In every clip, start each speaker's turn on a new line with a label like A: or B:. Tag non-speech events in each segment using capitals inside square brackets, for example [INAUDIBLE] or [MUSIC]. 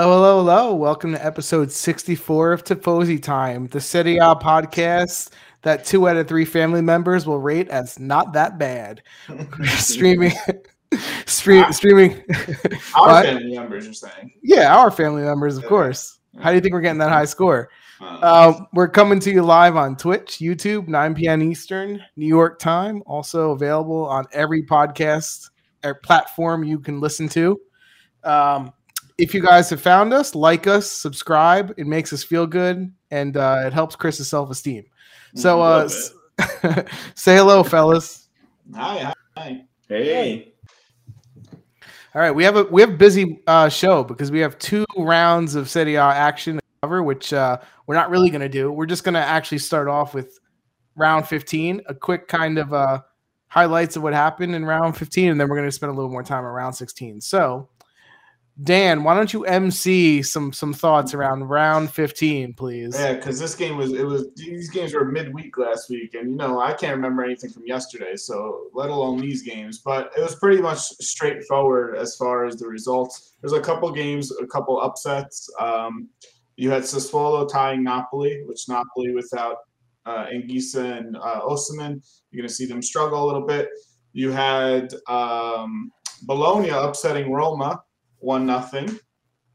A: hello. Welcome to episode 64 of Tifosi Time, the City A podcast that two out of three family members will rate as not that bad.
B: [LAUGHS]
A: streaming, [LAUGHS] stream, streaming.
B: Our
A: What?
B: family members are saying.
A: Yeah, our family members, of
B: Yeah.
A: course. How do you think we're getting that high score?
B: Um,
A: Uh, we're coming to you live on Twitch, YouTube, 9 p.m. Eastern, New York time. Also available on every podcast or platform you can listen to. Um, if you guys have found us, like us, subscribe. It makes us feel good and uh, it helps Chris's self esteem. So uh,
B: Mm-hmm. love it.
A: s- [LAUGHS] say hello, fellas.
B: hi, hi, hi. Hey.
A: All right, we have a we have a busy uh, show because we have two rounds of Serie A action to cover, which uh, we're not really going to do. We're just going to actually start off with round 15, a quick kind of uh, highlights of what happened in round 15, and then we're going to spend a little more time on round 16. So, Dan, why don't you MC some some thoughts around round 15, please?
B: Yeah, because this game was it was these games were midweek last week, and you know I can't remember anything from yesterday, so let alone these games. But it was pretty much straightforward as far as the results. There's a couple games, a couple upsets. Um, you had Sassuolo tying Napoli, which Napoli without uh, Anguissa and uh, Osman, you're going to see them struggle a little bit. You had um, Bologna upsetting Roma, one nothing,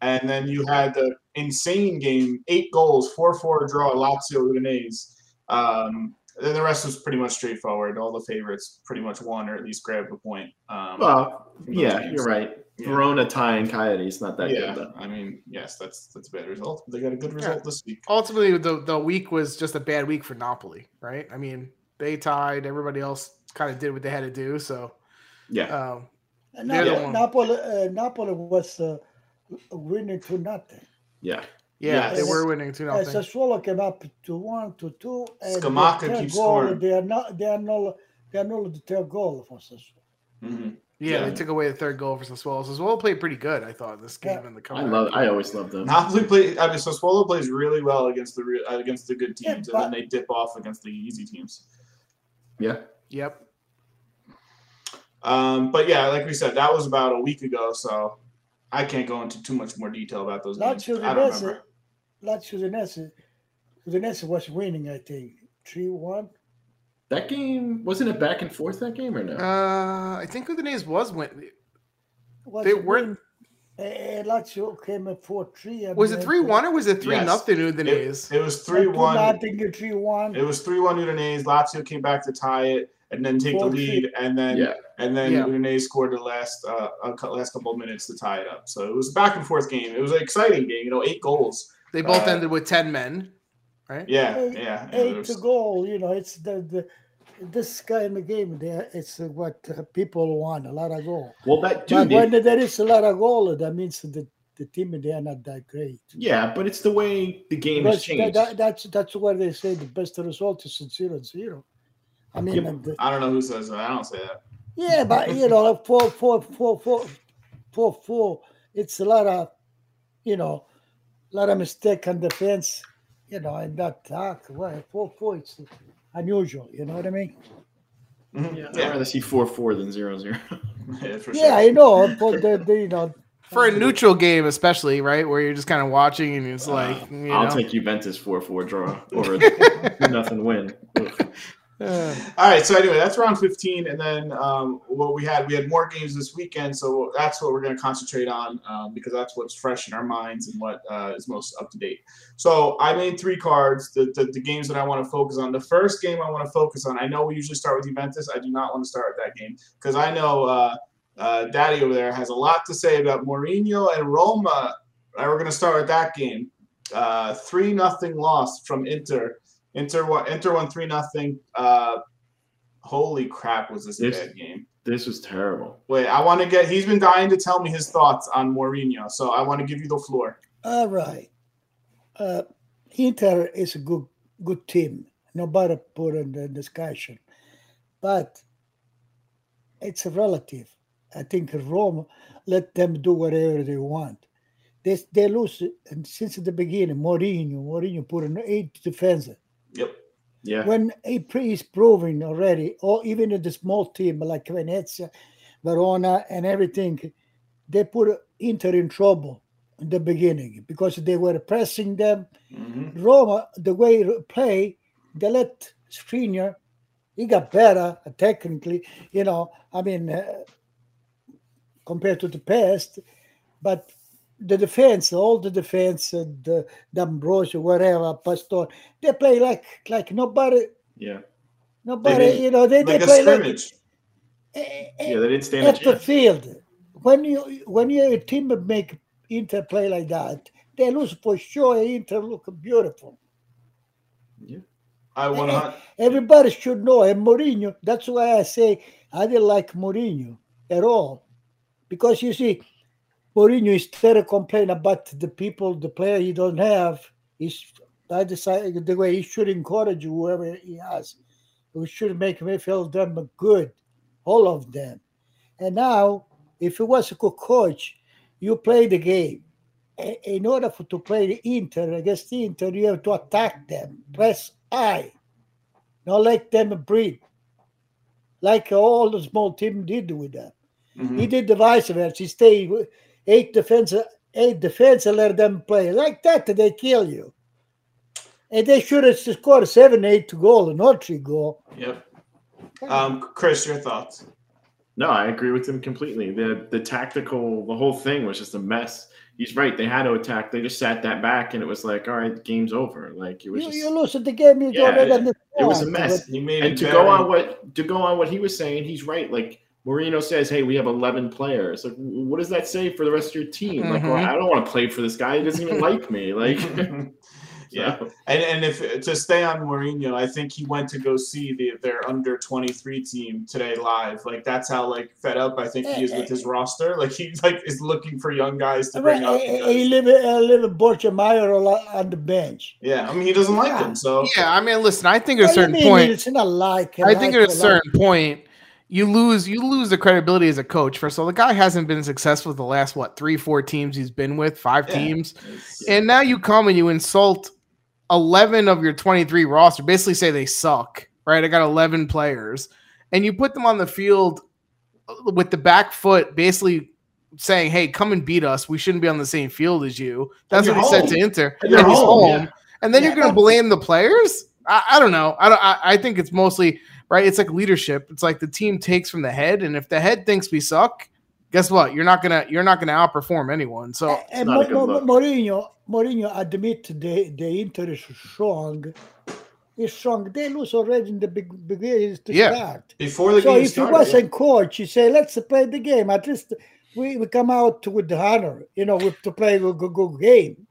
B: and then you had the insane game, eight goals, four four draw, Lazio Udinese. Um, then the rest was pretty much straightforward. All the favorites pretty much won, or at least grabbed a point. Um,
C: Well,
B: from those
C: yeah,
B: games.
C: you're right.
B: Yeah.
C: Verona tie and Coyote is not that
B: yeah,
C: good though.
B: I mean, yes, that's that's a bad result. But they got a good
A: Yeah.
B: result this week.
A: Ultimately, the, the week was just a bad week for Napoli, right? I mean, they tied, everybody else kind of did what they had to do. So,
C: Yeah.
A: um,
D: And
A: They're
C: the
D: Napoli,
A: one.
D: Napoli, uh, Napoli was uh, winning to nothing.
C: yeah.
A: Yeah, they
D: Yes.
A: were winning two
D: And
A: nothing.
D: Sassuolo came up to one to two. And the
B: Scamacca
D: third
B: keeps
D: goal,
B: scoring.
D: They are not. They are not. They are not the third goal for Sassuolo.
C: Mm-hmm.
B: hmm
A: Yeah, they
B: yeah.
A: took away the third goal for Sassuolo. Sassuolo played pretty good, I thought, in this game in the
C: I
A: comeback.
C: love I always love them.
B: Napoli play. I mean, so Swallow plays really well against the re- against the good
D: Yeah,
B: teams,
D: but-
B: and then they dip off against the easy teams.
C: Yeah.
A: Yep.
B: Um, but yeah, like we said, that was about a week ago, so I can't go into too much more detail about those games.
D: Lazio
B: I don't
D: Udinese.
B: remember.
D: Lazio Udinese. Udinese was winning. I think three one.
C: That game wasn't it back and forth that game or no?
A: Uh, I think Udinese was win. They weren't.
D: Eh, Lazio came at four three. and
A: Was it
D: then-
A: three one or was it three
B: Yes.
A: nothing
B: It,
A: Udinese?
B: it was
D: Two
B: three one.
D: Nothing. Three one.
B: It was three one Udinese. Lazio came back to tie it and then take the
D: Four-three.
B: lead, and then
C: yeah.
B: and then
A: Yeah.
B: Udinese scored the last uh, a cou- last couple of minutes to tie it up. So it was a back and forth game. It was an exciting game. You know, eight goals.
A: They both
B: uh,
A: ended with ten men, right?
B: Yeah,
D: Eight-
B: yeah. It
D: eight
B: was-
D: to goal. You know, it's the, the this guy in the game. There, it's uh, what uh, people want a lot of goal.
C: Well that
D: But
C: dude
D: when there is a lot of goal, that means that the team they are not that great.
C: yeah, but it's the way the game has
D: Because that,
C: changed.
D: that- that's that's why they say the best result is zero zero. I mean,
C: Yeah.
D: and the-
B: I don't know who says that. I don't say that.
D: yeah, but you know, [LAUGHS] like four, four, four, four, four, four. It's a lot of, you know, a lot of mistake on defense. You know, and that attack, well, four, four. It's unusual. You know what I mean?
B: Mhm.
C: yeah, I'd
B: Yeah, [LAUGHS]
C: rather see four four than zero zero.
B: yeah, for
D: Yeah,
B: sure.
D: I know, but the, the, you know,
A: For a neutral game, especially, right, where you're just kind of watching and it's like,
C: [LAUGHS] Uh,
A: you know,
C: I'll take Juventus four four draw or a nothing win. Ugh.
A: uh,
B: All right. So anyway, that's round 15, and then um, what we had, we had more games this weekend. So that's what we're going to concentrate on um, because that's what's fresh in our minds and what uh, is most up to date. So I made three cards. The, the the games that I want to focus on. The first game I want to focus on. I know we usually start with Juventus. I do not want to start with that game because I know uh, uh, Daddy over there has a lot to say about Mourinho and Roma. Uh, we're going to start with that game. Uh, three nothing loss from Inter. Inter won. Inter won three nothing. Uh, holy crap! Was this a
C: Yes.
B: bad game?
C: This was terrible.
B: Wait, I want to get. He's been dying to tell me his thoughts on Mourinho, so I want to give you the floor.
D: all right. Uh, Inter is a good good team. Nobody put in the discussion, but it's a relative. I think Rome let them do whatever they want. They they lose and since the beginning. Mourinho, Mourinho put in eight defenses.
B: Yep.
C: Yeah.
D: when a pre is proving already, or even in the small team like Venezia, Verona, and everything, they put Inter in trouble. in the beginning because they were pressing them. Mm-hmm.
B: Mhm.
D: Roma, the way they play, they let Skriniar. He got better uh, technically, you know. I mean, uh, compared to the past, but the defense, all the defense, uh, the, the Ambrosio, whatever, Pastor, they play like like nobody,
C: Yeah.
D: nobody,
C: did.
D: you know. They,
B: Like
D: they
B: a
D: play like
B: scrimmage.
D: eh, eh,
C: Yeah, they didn't stand a
D: at the
C: chance.
D: field. When you when your team make Inter play like that, they lose for sure. Inter look beautiful.
B: I want to.
D: Everybody should know. And Mourinho, that's why I say I didn't like Mourinho at all, because you see, Mourinho instead of complain about the people, the player he don't have, is I decided the way he should encourage whoever he has. We should make me feel them good, all of them. And now, if you was a good coach, you play the game. I- In order for, to play the Inter against the Inter, you have to attack them, press high, not let them breathe, like all the small team did with them.
B: Mhm.
D: He
A: Mm.
D: did the vice versa. He stayed with eight defense, eight defense, and let them play like that. They kill you, and they should have scored seven, eight goal, not three goal.
B: Yep. Um, Chris, your thoughts?
C: No, I agree with him completely. The the tactical, the whole thing was just a mess. He's right. They had to attack. They just sat that back, and it was like, all right, game's over. Like it was
D: You,
C: just
D: you lose the game. You
C: Yeah,
D: don't even understand.
C: it was a mess.
B: He made
C: and
B: it
C: to
B: better.
C: go on what to go on what he was saying, he's right. Like Marino says, "Hey, we have 11 players. Like, what does that say for the rest of your team? Like, well,
A: Mhm.
D: Mm-hmm.
C: I don't want to play for this guy. He doesn't
D: [LAUGHS]
C: even like
B: [LAUGHS]
C: me. Like,
B: yeah. And, and if to stay on Mourinho, I think he went to go see the, their under twenty three team today live. Like that's how like fed up I think he is with his roster. [LAUGHS] Like he like is looking for young guys to bring up.
D: He- He live a little Borja Mayer on the bench.
B: Yeah, I mean he doesn't like them, so
A: Yeah, I mean, listen, I think at a
D: What do you
A: certain
D: mean
A: point,
D: it's not like.
A: I think
D: like
A: at a
D: for
A: certain point, you lose you lose the credibility as a coach. First of all, the guy hasn't been successful the last what three, four teams he's been with, five
B: Yeah.
A: teams,
B: it's-
A: and now you come and you insult eleven of your twenty three roster. Basically, say they suck. Right? I got eleven players, and you put them on the field with the back foot, basically saying, "Hey, come and beat us. We shouldn't be on the same field as you." That's
B: you're
A: what he said
B: home.
A: to Inter.
B: And you're
A: And he's
B: home, yeah.
A: home. And then
D: Yeah,
A: you're going to
D: but-
A: blame the players? I, I don't know. I don't. I, I think it's mostly right. It's like leadership. It's like the team takes from the head, and if the head thinks we suck, guess what? You're not gonna you're not gonna outperform anyone. So
D: And
C: not a good
D: Eh, Mo- Mo-
C: look.
D: Mourinho, Mourinho admit the the Inter is strong. Is strong. They lose already in the big beginning to
A: Yeah.
D: start.
B: before the
D: so
B: game
D: if you
B: started.
D: wasn't coach, you say let's play the game. At least we, we come out with the honor, you know, with to play a good, good game.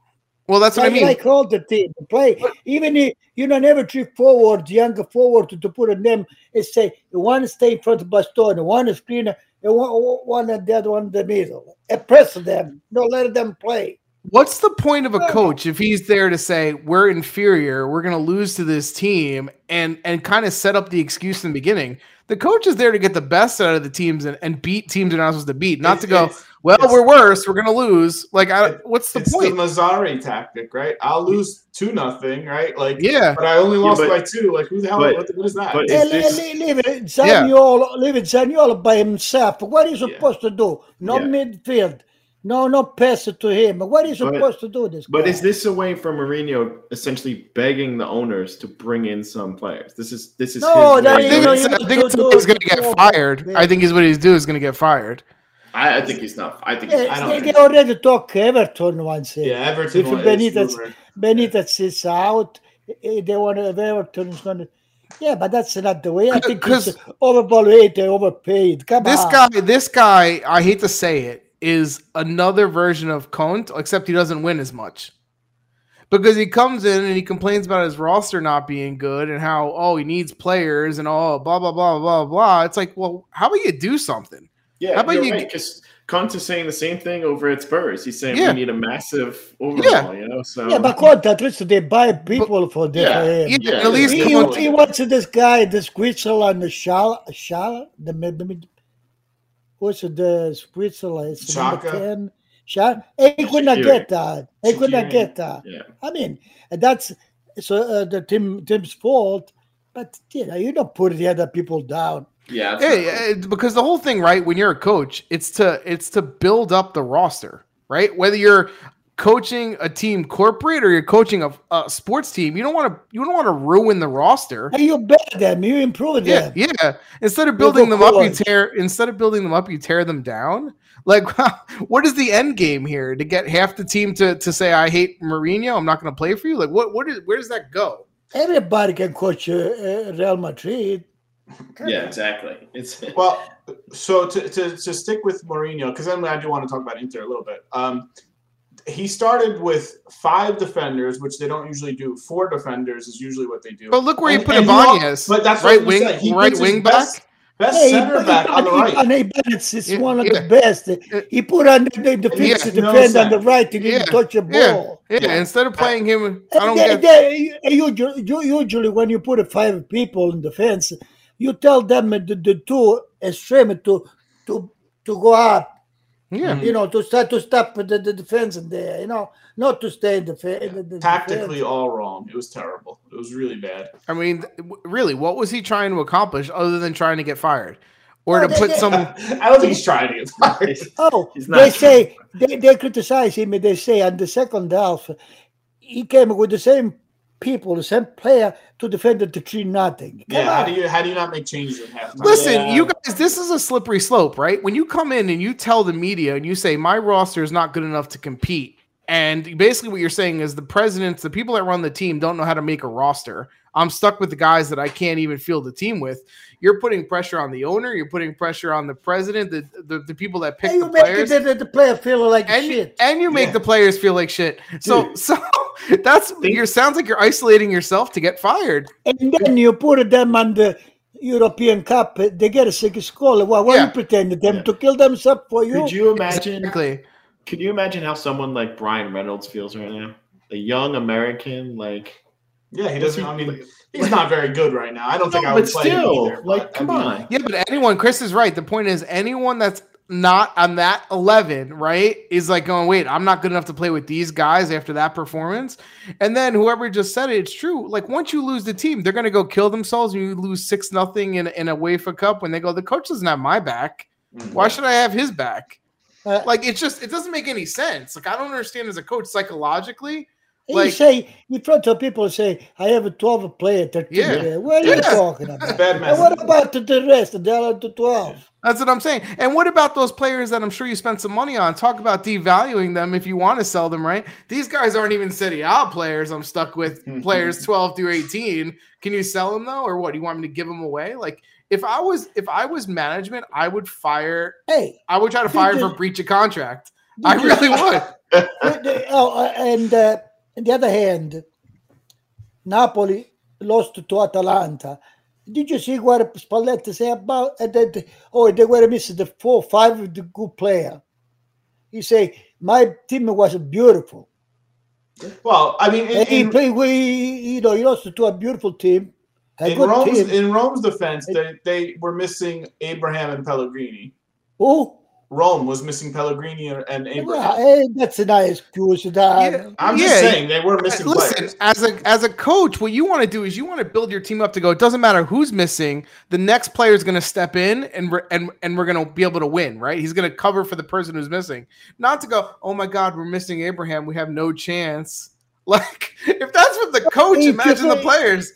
A: well, that's what I
D: like,
A: mean.
D: like all the team play. Even if you know never trip forward, younger forward to, to put a name and say one stay in front of Bastoni, one is screener, and one one and the other one in the middle. And press them, don't let them play.
A: What's the point of a
D: Well-
A: coach if he's there to say we're inferior, we're gonna lose to this team, and and kind of set up the excuse in the beginning? The coach is there to get the best out of the teams and, and beat teams they're not supposed to beat, not
B: It's-
A: to go.
B: it's-
A: Well,
B: it's-
A: we're worse. We're gonna lose. Like, I,
B: It-
A: what's the
B: it's
A: point?
B: the Mazzari tactic, right? I'll lose two nothing, right? Like
A: yeah,
B: but I only lost
C: but-
B: by two. Like who the hell
C: but-
B: what, what is that?
C: but
D: Yeah,
C: Is
D: le-
C: this-
D: le- leave it Zaniolo, leave it Zaniolo by himself. What is he
C: Yeah.
D: supposed to do? No
C: Yeah.
D: midfield. No, no pass it to him. What is he
C: But-
D: supposed to do? This.
C: but
D: guy?
C: is this a way for Mourinho essentially begging the owners to bring in some players? This is this is
D: No,
C: his
D: that
A: I
C: way.
D: you
A: think,
D: know,
A: it's,
D: you
A: I
D: need
A: think
D: to
A: it's
D: do
A: he's
D: it
A: gonna get
D: before-
A: fired.
D: Yeah.
A: I think is what he's do is gonna get fired.
C: I, I think he's not. I think he's,
D: Yeah,
B: I don't
D: they,
B: think-
D: they already talk Everton once. eh?
B: yeah, Everton
D: If
B: won- is
D: Benitez-
B: rumored.
D: Benitez is out. eh, They want to, Everton is going to. Yeah, but that's not the way. I think it's
A: 'Cause-
D: overvaluated, overpaid. Come
A: This
D: on.
A: guy, this guy, I hate to say it, is another version of Conte, except he doesn't win as much. Because he comes in and he complains about his roster not being good and how oh he needs players and all blah blah blah blah blah. It's like, well, how about you do something?
C: yeah.
A: How about
C: you're
A: you-
C: right, 'cause Conte's saying the same thing over at Spurs. He's saying
A: Yeah.
C: we need a massive
A: Yeah.
C: overhaul. You know, so
D: yeah, but Conte, at least they buy people for this.
C: Yeah,
D: for him.
A: You-
C: Yeah,
A: at least
D: he,
C: it's
A: come
C: a
A: on-
C: good
D: he wants this guy, this Switzerland, the Shal, Shal, the maybe, what's it, the Switzerland, it's the number
B: Shaka.
D: 10. Shal, he could not
C: Shakiri.
D: get that. He could not
B: Shakiri.
D: get that.
C: Yeah.
D: I mean, that's so uh, the team team's fault, but you know, you don't put the other people down.
C: yeah, it's
A: Yeah,
C: not-
A: yeah, it- eh, because the whole thing, right? When you're a coach, it's to it's to build up the roster, right? Whether you're coaching a team corporate or you're coaching a, a sports team, you don't want to you don't want to ruin the roster.
D: And you better them, you improve
A: Yeah,
D: them.
A: yeah. Instead of building them up, you
D: Otherwise-
A: tear. Instead of building them up, you tear them down. Like, [LAUGHS] what is the end game here? To get half the team to to say, "I hate Mourinho. I'm not going to play for you." Like, what? What is? Where does that go?
D: Everybody can coach uh, uh, Real Madrid.
C: Yeah, exactly. It's
B: Well, so to, to, to stick with Mourinho, because then I do want to talk about Inter a little bit. Um, he started with five defenders, which they don't usually do. Four defenders is usually what they do.
A: But look where
B: And-
A: you put
B: and he al-
A: Ibanez.
B: but that's what
A: right
B: we
A: wing,
B: said. He
A: right
B: puts his
A: wing
B: best-
A: back.
B: Best
D: Hey, he
B: center
D: put
B: back on the
D: Ibanez-
B: right.
D: Ibanez is
A: Yeah,
D: one of
A: yeah.
D: the best. He put on the, the
B: It
D: fix
B: makes
D: the
B: no
D: defend
B: sense.
D: on the right. He didn't
A: Yeah,
D: touch a
A: yeah.
D: ball.
A: Yeah,
B: Yeah.
A: instead of playing him, I
D: And
A: don't
D: they,
A: get.
B: [LAUGHS]
D: they, usually, usually, when you put five people in defense, you tell them the, the two extreme to to to go up.
A: yeah,
D: You know, to start to stop the, the defense in there. You know, not to stay in the, fa- the, the
B: Tactically, all wrong. It was terrible. It was really bad.
A: I mean, w- really, what was he trying to accomplish other than trying to get fired or
D: Well,
A: to
D: they-
A: put
D: they-
A: some?
B: [LAUGHS] I don't think he's trying to get fired. [LAUGHS]
D: Oh,
C: He's
D: they
C: not-
D: say they, they criticize him. and They say on the second half, he came with the same people, the same player to defend the three nothing. Come
B: Yeah, how
D: on.
B: do you how do you not make changes at halftime?
A: Listen,
C: Yeah.
A: you guys, this is a slippery slope, right? When you come in and you tell the media and you say, my roster is not good enough to compete. And basically, what you're saying is the presidents, the people that run the team, don't know how to make a roster. I'm stuck with the guys that I can't even field the team with. You're putting pressure on the owner. You're putting pressure on the president, the the, the people that pick
D: And you
A: the
D: make
A: players,
D: the, the, the player feel like
A: and
D: shit.
A: and you make
B: Yeah.
A: the players feel like shit. [LAUGHS] So
C: Dude.
A: so that's
C: Think-
A: your sounds like you're isolating yourself to get fired.
D: And then you put them on the European Cup. They get a six goal. Why, why
A: Yeah.
D: you pretend them
C: Yeah.
D: to kill themselves for you?
C: [LAUGHS] could you imagine?
A: Exactly.
C: Could you imagine how someone like Brian Reynolds feels right now? A young American, like
B: Yeah, he doesn't. I mean, he's not very good right now. I don't think
C: No,
B: I would
C: but
B: play him
C: still,
B: either,
C: like,
B: but, I
C: come
B: mean,
C: on.
A: Yeah, but anyone, Chris is right. The point is, anyone that's not on that 11, right, is like going, wait, I'm not good enough to play with these guys after that performance. And then whoever just said it, it's true. Like, once you lose the team, they're going to go kill themselves. You lose 6 nothing in, in a UEFA Cup when they go, the coach doesn't have my back.
B: Mm.
A: Why should I have his back?
D: Uh,
A: Like, it's just, it doesn't make any sense. Like, I don't understand as a coach psychologically.
D: you
A: like-
D: say in front of people say I have a twelve player, thirteen
A: Yeah.
D: player. What are
A: Yeah.
D: you talking
A: [LAUGHS]
D: about?
B: Bad
D: and
B: message.
D: what about the- the rest? They are to twelve.
A: That's what I'm saying. And what about those players that I'm sure you spent some money on? Talk about devaluing them if you want to sell them, right? These guys aren't even City A players. I'm stuck with players 12 through 18. Can you sell them though, or what? Do you want me to give them away? Like if I was if I was management, I would fire.
D: Hey,
A: I would try to
D: Did
A: fire
D: you-
A: for breach of contract. I
D: did you-
A: really would.
D: But they- oh, uh, and uh, on the other hand, Napoli lost to Atalanta. Did you see what Spalletti said about uh, that? Oh, they were missing the four, five of the good player. He say my team was beautiful.
B: Well, I mean, in,
D: And he
B: in,
D: play we, you know, he lost to a beautiful team, a
B: in
D: good
B: Rome's
D: team.
B: in Rome's defense, they, they were missing Abraham and Pellegrini.
D: oh,
B: Rome was missing Pellegrini and- and
D: yeah,
B: Abraham.
D: hey, that's a nice excuse. That,
A: Yeah.
B: I'm just
A: Yeah,
B: saying they were missing
A: Listen,
B: players.
A: as a as a coach, what you want to do is you want to build your team up to go. It doesn't matter who's missing. The next player is going to step in, and we're and and we're going to be able to win. Right? He's going to cover for the person who's missing. Not to go. Oh my God, we're missing Abraham. We have no chance. [LAUGHS] Like if that's what the coach,
D: Hey,
A: imagine the
D: Jeffrey.
A: players.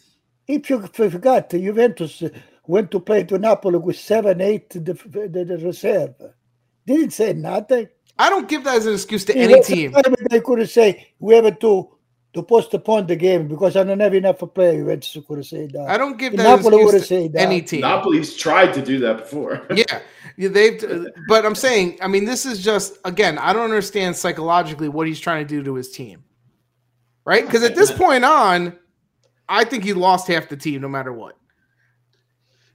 D: If you forgot, Juventus went to play to Napoli with seven, eight the, the, the reserve. Didn't say nothing.
A: I don't give that as an excuse to
D: It
A: any
D: was a
A: team.
D: time They could say we have to to postpone the game because I don't have enough player. Juventus could say that.
A: I don't give
D: In
A: that as an
D: Napoli would
A: excuse
D: say
A: to
D: that.
A: any team.
C: Napoli's tried to do that before.
A: yeah, Yeah, they've. But I'm saying, I mean, this is just again, I don't understand psychologically what he's trying to do to his team, right? Because at this point on, I think he lost half the team, no matter what.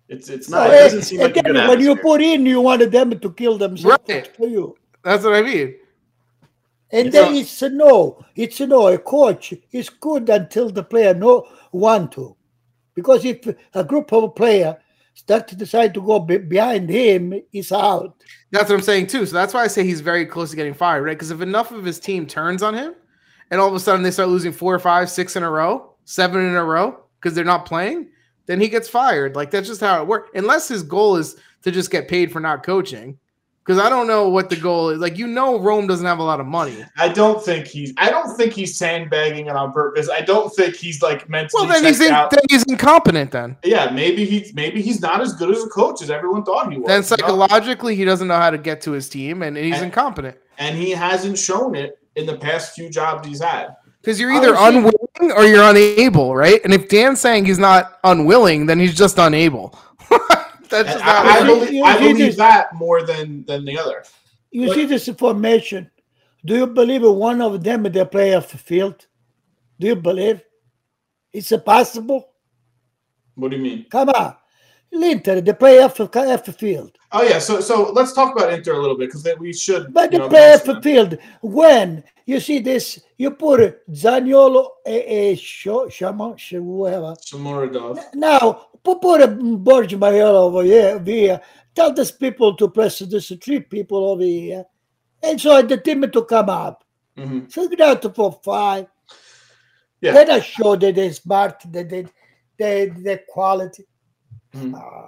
B: It's it's
C: No,
B: not.
C: it
D: Hey,
C: doesn't seem like a
D: eh, again,
C: good
D: when you
C: atmosphere.
D: put in, you wanted them to kill themselves
A: Right.
D: for you.
A: That's what I mean.
D: And
C: It's
D: then
C: not-
D: it's a no. It's a no. A coach is good until the player no want to, because if a group of player start to decide to go be- behind him, he's out.
A: That's what I'm saying too. So that's why I say he's very close to getting fired, right? Because if enough of his team turns on him, and all of a sudden they start losing four or five, six in a row, seven in a row, because they're not playing, then he gets fired. Like that's just how it works. Unless his goal is to just get paid for not coaching, Because I don't know what the goal is. Like you know, Rome doesn't have a lot of money.
B: I don't think he's. I don't think he's sandbagging it on purpose. I don't think he's like mentally.
A: Well, then he's
B: checked
A: in,
B: out.
A: then he's incompetent. Then
B: yeah, maybe he maybe he's not as good as a coach as everyone thought he was.
A: then
B: you know?
A: psychologically he doesn't know how to get to his team, and he's
B: And-
A: incompetent.
B: and he hasn't shown it in the past few jobs he's had.
A: Because you're either
B: Honestly-
A: unwilling or you're unable, right? And if Dan's saying he's not unwilling, then he's just unable. [LAUGHS] That's
B: And
A: just not
B: I, I
D: Yeah,
A: right.
D: believe-
B: believe,
D: yeah,
B: I
D: he
B: believe
D: did.
B: that more than than the other.
D: You
B: But-
D: see this formation. Do you believe one of them they play off the field? Do you believe? It's possible?
B: What do you mean?
D: Come on. L'Inter, they play off the, off the field.
B: Oh yeah, so so let's talk about Inter a little bit because we should.
D: But
B: you
D: they
B: know,
D: play
B: mention
D: off the
B: them.
D: field. When you see this, you put Zaniolo, eh, a, a Shaman, whoever.
B: Shomurodov.
D: Now, pu- put a Borg Mariella over here, over here. Tell these people to press this three people over here. And so the team to come up.
B: Mhm.
D: Figure out for five.
B: Yeah.
D: Let us show that they're smart, that they, they, they quality.
B: Mhm.
D: Ah,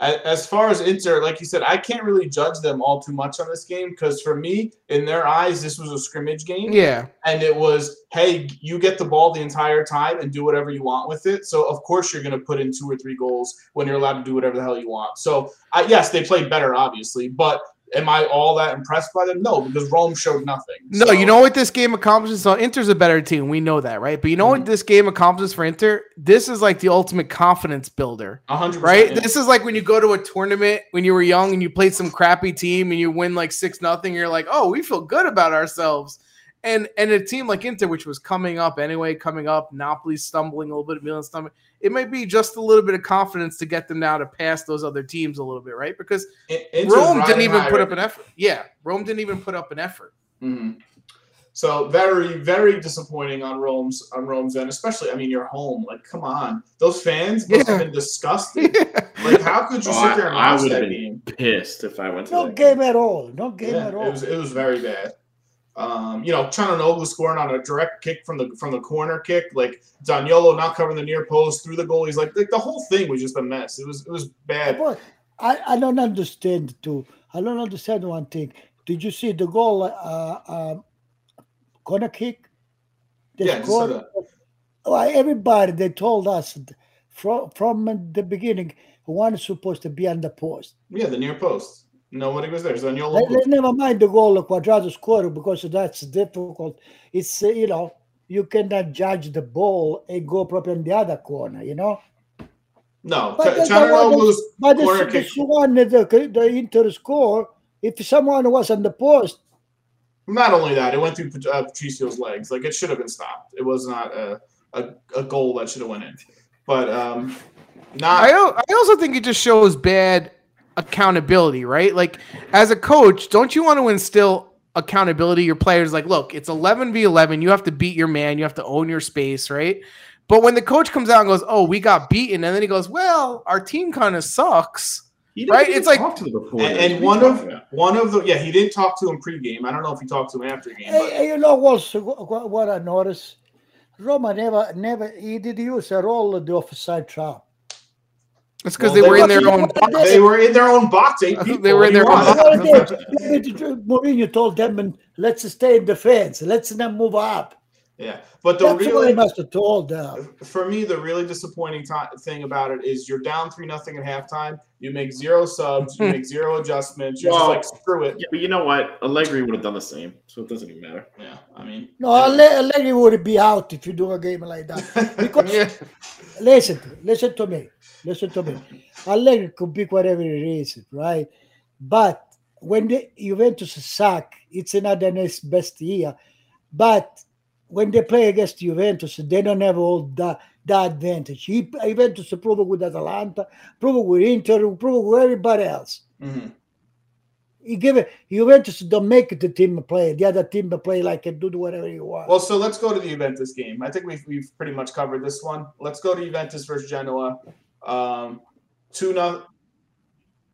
B: A- As far as Inter, like you said, I can't really judge them all too much on this game because for me, in their eyes, this was a scrimmage game.
A: Yeah,
B: and it was hey you get the ball the entire time and do whatever you want with it so of course you're going to put in two or three goals when you're allowed to do whatever the hell you want so I, yes they played better obviously but am i all that impressed by them no because rome showed nothing
A: No,
B: So-
A: you know what this game accomplishes? So Inter's a better team. We know that, right? But you know what this game accomplishes for Inter? This is like the ultimate confidence builder,
B: 100%
A: right?
B: yeah.
A: This is like when you go to a tournament when you were young and you played some crappy team and you win like six nothing. You're like, oh, we feel good about ourselves. And and a team like Inter, which was coming up anyway, coming up, Napoli stumbling a little bit, Milan stumbling. It might be just a little bit of confidence to get them now to pass those other teams a little bit, right? Because
B: In- Inter's
A: Rome didn't
B: riding
A: even
B: high
A: put
B: right
A: up an effort. Yeah, Rome didn't even put up an effort.
B: Mhm. So very, very disappointing on Rome's on Rome's end, especially. I mean, your home, like, come on, those fans must have
A: Yeah.
B: been
D: [LAUGHS]
B: disgusted. Like, how could you
C: Oh,
B: sit there and
C: I- I
B: watch
C: would've
B: that game?
C: been Pissed if I went to
D: no
C: that
D: game at all. No game
B: Yeah, it
D: at all.
B: was it was very bad. Um, you know, Chananoglu scoring on a direct kick from the from the corner kick, like Zaniolo not covering the near post through the goalies, like like the whole thing was just a mess. It was it was bad.
D: Boy, I, I don't understand too. I don't understand one thing. Did you see the goal? Uh, uh, corner kick. They
B: Yeah, I just saw
D: scored. Well, everybody they told us from from the beginning one is supposed to be on the post.
B: Yeah, the near post. Nobody was there. Zaniolo.
D: Let- let- Never mind the goal Quadrado scored because that's difficult. It's uh, you know you cannot judge the ball and go properly in the other corner. You know.
B: No,
D: But the- the
B: Chananoglu's
D: But the,
B: corner
D: the
B: kick.
D: one that the, the Inter score, if someone was on the post,
B: Not only that, it went through Pat- uh, Patricio's legs. Like it should have been stopped. It was not a a, a goal that should have went in. But um, not
A: I, al- I also think it just shows bad accountability, right? Like as a coach, don't you want to instill accountability to your players like, look, it's 11 v 11, you have to beat your man, you have to own your space, right? But when the coach comes out and goes, "Oh, we got beaten." And then he goes, "Well, our team kind of sucks."
C: He
A: Right?
C: even
A: It's like-
C: talk to the reporters.
B: and,
C: What
B: and
C: are you
B: one of
C: talking about?
B: one of the yeah he didn't talk to him pregame. I don't know if he talked to him after game.
D: eh,
B: But
D: eh, you know also wh- wh- what I noticed? Roma never, never, he did use at all the offside trap.
A: It's cuz
B: Well,
A: they
B: they
A: were in their
D: fucking
A: own
D: won
A: box.
D: that.
B: They were in their own box. Eight
A: They
B: people.
A: were
B: What
A: in
B: do you
A: their own
B: want?
A: box.
D: All day, eh, Mourinho told them, and let's stay in defense. Let's not move up.
B: Yeah, but the
D: That's what he
B: really
D: must have told them.
B: for me the really disappointing to- thing about it is you're down three nothing at halftime. You make zero subs.
A: [LAUGHS]
B: You
A: Hmm.
B: make zero adjustments. You're
C: Well-
B: just like screw it.
C: Yeah, but you know what? Allegri would have done the same, so it doesn't even matter.
B: Yeah, I mean.
D: No, Ale- Allegri would be out if you do a game like that. Because
A: Yeah.
D: listen, listen to me, listen to me. Allegri could pick whatever it is, right? But when the Juventus suck, it's another next best year. But when they play against Juventus, they don't have all that that advantage. He, Juventus proved with Atalanta, proved with Inter, proved with everybody else.
B: Mhm.
D: He give it, Juventus don't make the team play. The other team play like it do whatever you want.
B: Well, so let's go to the Juventus game. I think we've we've pretty much covered this one. Let's go to Juventus versus Genoa. Um, two nothing.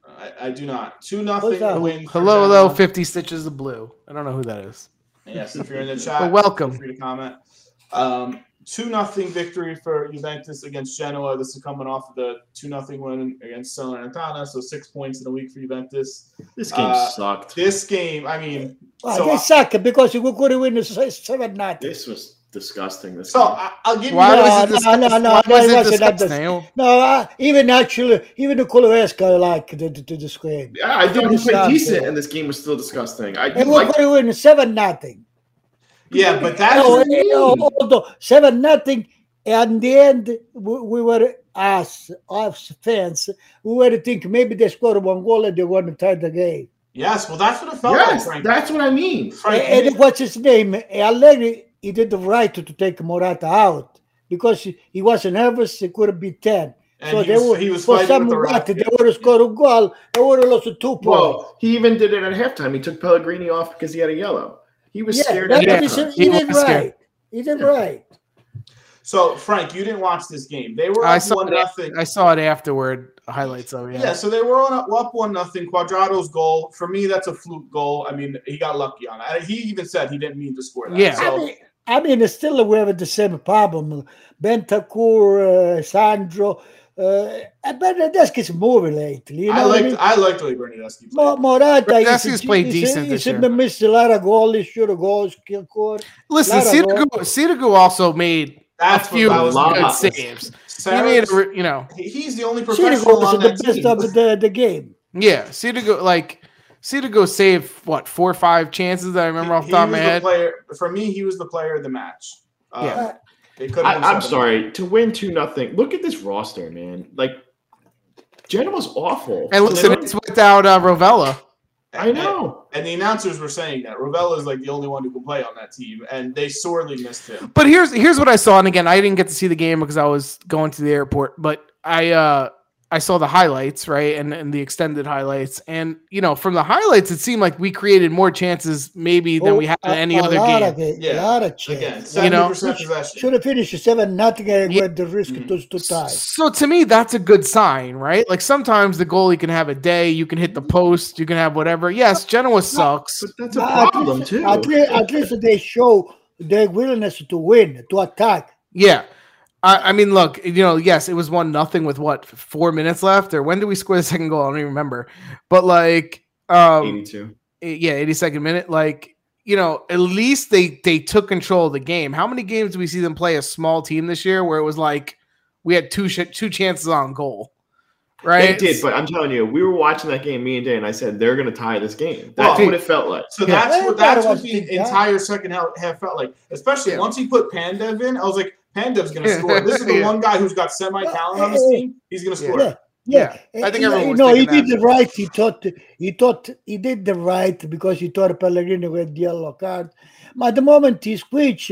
B: I, I do not. Two nothing
D: that?
B: win. for
A: Hello, hello,
B: Genoa.
A: 50 stitches of blue. I don't know who that is.
D: Uh,
B: Yes, if you're in the
A: But
B: chat,
A: welcome.
B: feel free to comment. Um, two nothing victory for Juventus against Genoa. This is coming off of the two nothing win against Salernitana, so six points in a week for Juventus.
C: This game
B: Uh,
C: sucked.
B: This game, I mean,
D: Well,
B: So
D: Ah, they
B: I-
D: suck because we could win seven nothing.
C: This was disgusting. This
B: so
C: game.
B: I, I'll give you
D: Why
A: Why
D: No,
B: that.
A: was it
D: uh, no, no,
A: disgusting?
D: no,
A: Why
D: no,
A: was
D: it
A: it
D: wasn't that
A: disgusting? Neil?
D: No, uh, even actually, even the Kulaveska like the, the, the, this game.
C: Yeah, I thought he played
D: Disgusting.
C: decent, and this game was still disgusting. I
D: And
C: didn't
D: we
C: like.
D: could win seven nothing.
B: Yeah, but that
D: No,
B: is
C: That's
D: eh,
C: mean.
D: although seven nothing, and the end we, we were us us fans. We were thinking maybe they scored one goal and they won the title game.
B: yes. Well, that's what it felt
C: Yes,
B: like, Frank.
C: that's what I mean.
B: Frank,
D: And, and what's his name? Allegri, he did the right to, to take Morata out because he, he was nervous. He could be ten.
B: and
D: so
B: he,
D: they
B: was,
D: were
B: he was
D: for
B: fighting
D: some
B: with the
D: what,
B: ref.
D: they would have scored a goal. They would have lost two points.
C: Well, he even did it at halftime. He took Pellegrini off because he had a yellow. He was
D: yeah,
C: scared.
D: that's
C: At
D: what he
C: halftime.
D: said. He
A: He
D: did
A: was scared.
D: right. He did
C: Yeah.
D: right.
B: So, Frank, you didn't watch this game. They were
A: I
B: up
A: saw
B: one
A: that.
B: nothing.
A: I saw it afterward highlights of it.
B: Yeah, so they were on up one nothing. Quadrado's goal for me, that's a fluke goal. I mean, he got lucky on it. And He even said he didn't mean to score that.
A: Yeah.
D: I
B: so,
D: mean, I mean, it's still we have the same problem. Bentancur, uh, Sandro, uh, but Radesk is moving lately. You know
B: I
D: what I
B: liked
D: mean?
B: I liked the way Bernadeschi
D: Mo-
B: played.
D: Morata, he's-
A: Radeski's played
D: he's,
A: decent
D: He's,
A: this
D: he's
A: year.
D: missed a lot of goals. He should have goals. Kill score.
A: Listen,
D: Lot of
A: Sidigu,
D: goals.
A: Sidigu also made
B: That's
A: a few
B: what I was
C: lot.
A: good
C: about.
A: saves. He
B: Sarah-
A: made, a, re- you know,
B: he- he's the only
D: Should have
B: professional
D: goals
B: on
D: in the
B: that
D: best
B: team.
D: of the, the game.
A: yeah, Sidigu like Sidigu saved what four or five chances that I remember off
B: He-
A: the top
B: he
A: of my
B: was the
A: head.
B: player for me, he was the player of the match. Uh,
A: Yeah.
B: they could
C: I, I'm sorry to win two nothing. Look at this roster, man. Like Genoa's awful.
A: And listen,
C: They don't-
A: it's without uh, Rovella.
C: I know.
B: And the announcers were saying that Ravella is like the only one who can play on that team, and they sorely missed him.
A: But here's here's what I saw, and again, I didn't get to see the game because I was going to the airport. But I uh, I saw the highlights, right, and and the extended highlights, and you know, from the highlights, it seemed like we created more chances maybe than we had in
D: Oh, A-
A: any
D: a
A: other
D: lot
A: game.
D: Of, it, A
B: Yeah.
D: lot of
B: Again,
D: chances.
A: You know-
B: 70% possession.
D: Should have finished seven nothing and
A: Yeah.
D: with the risk
B: Mhm.
D: to, to tie.
A: So to me, that's a good sign, right? Like sometimes the goalie can have a day, you can hit the post, you can have whatever. Yes, Genoa sucks.
C: But that's a
D: At
C: problem
D: least-
C: too.
D: At least, at least they show their willingness to win, to attack.
A: Yeah. I, I mean, look, you know, yes, it was one nothing with what four minutes left, or when did we score the second goal? I don't even remember. But like, um,
C: Eighty-two.
A: eh, yeah, eighty second minute. Like, you know, at least they they took control of the game. How many games do we see them play a small team this year where it was like we had two sh- two chances on goal, right?
C: They did, but I'm telling you, we were watching that game, me and Dan. I said they're going to tie this game. That's
B: Well,
C: what it felt like.
B: So
A: Yeah.
B: that's what
D: Everybody
B: that's what
D: wants
B: the
D: to see that.
B: entire second half, half felt like. Especially
A: Yeah.
B: once he put Pandev in, I was like, Pandev's gonna score. This is the
A: [LAUGHS] Yeah.
B: one guy who's got semi talent on this
D: Yeah.
B: team. He's gonna
A: Yeah.
B: score.
D: Yeah.
A: Yeah,
D: Eh,
A: I think
D: you
A: everyone
D: know-
A: was
D: you know, he
A: thinking
D: did
A: that.
D: the right. He thought he thought he did the right because he thought Pellegrini with the yellow card. But the moment he switched,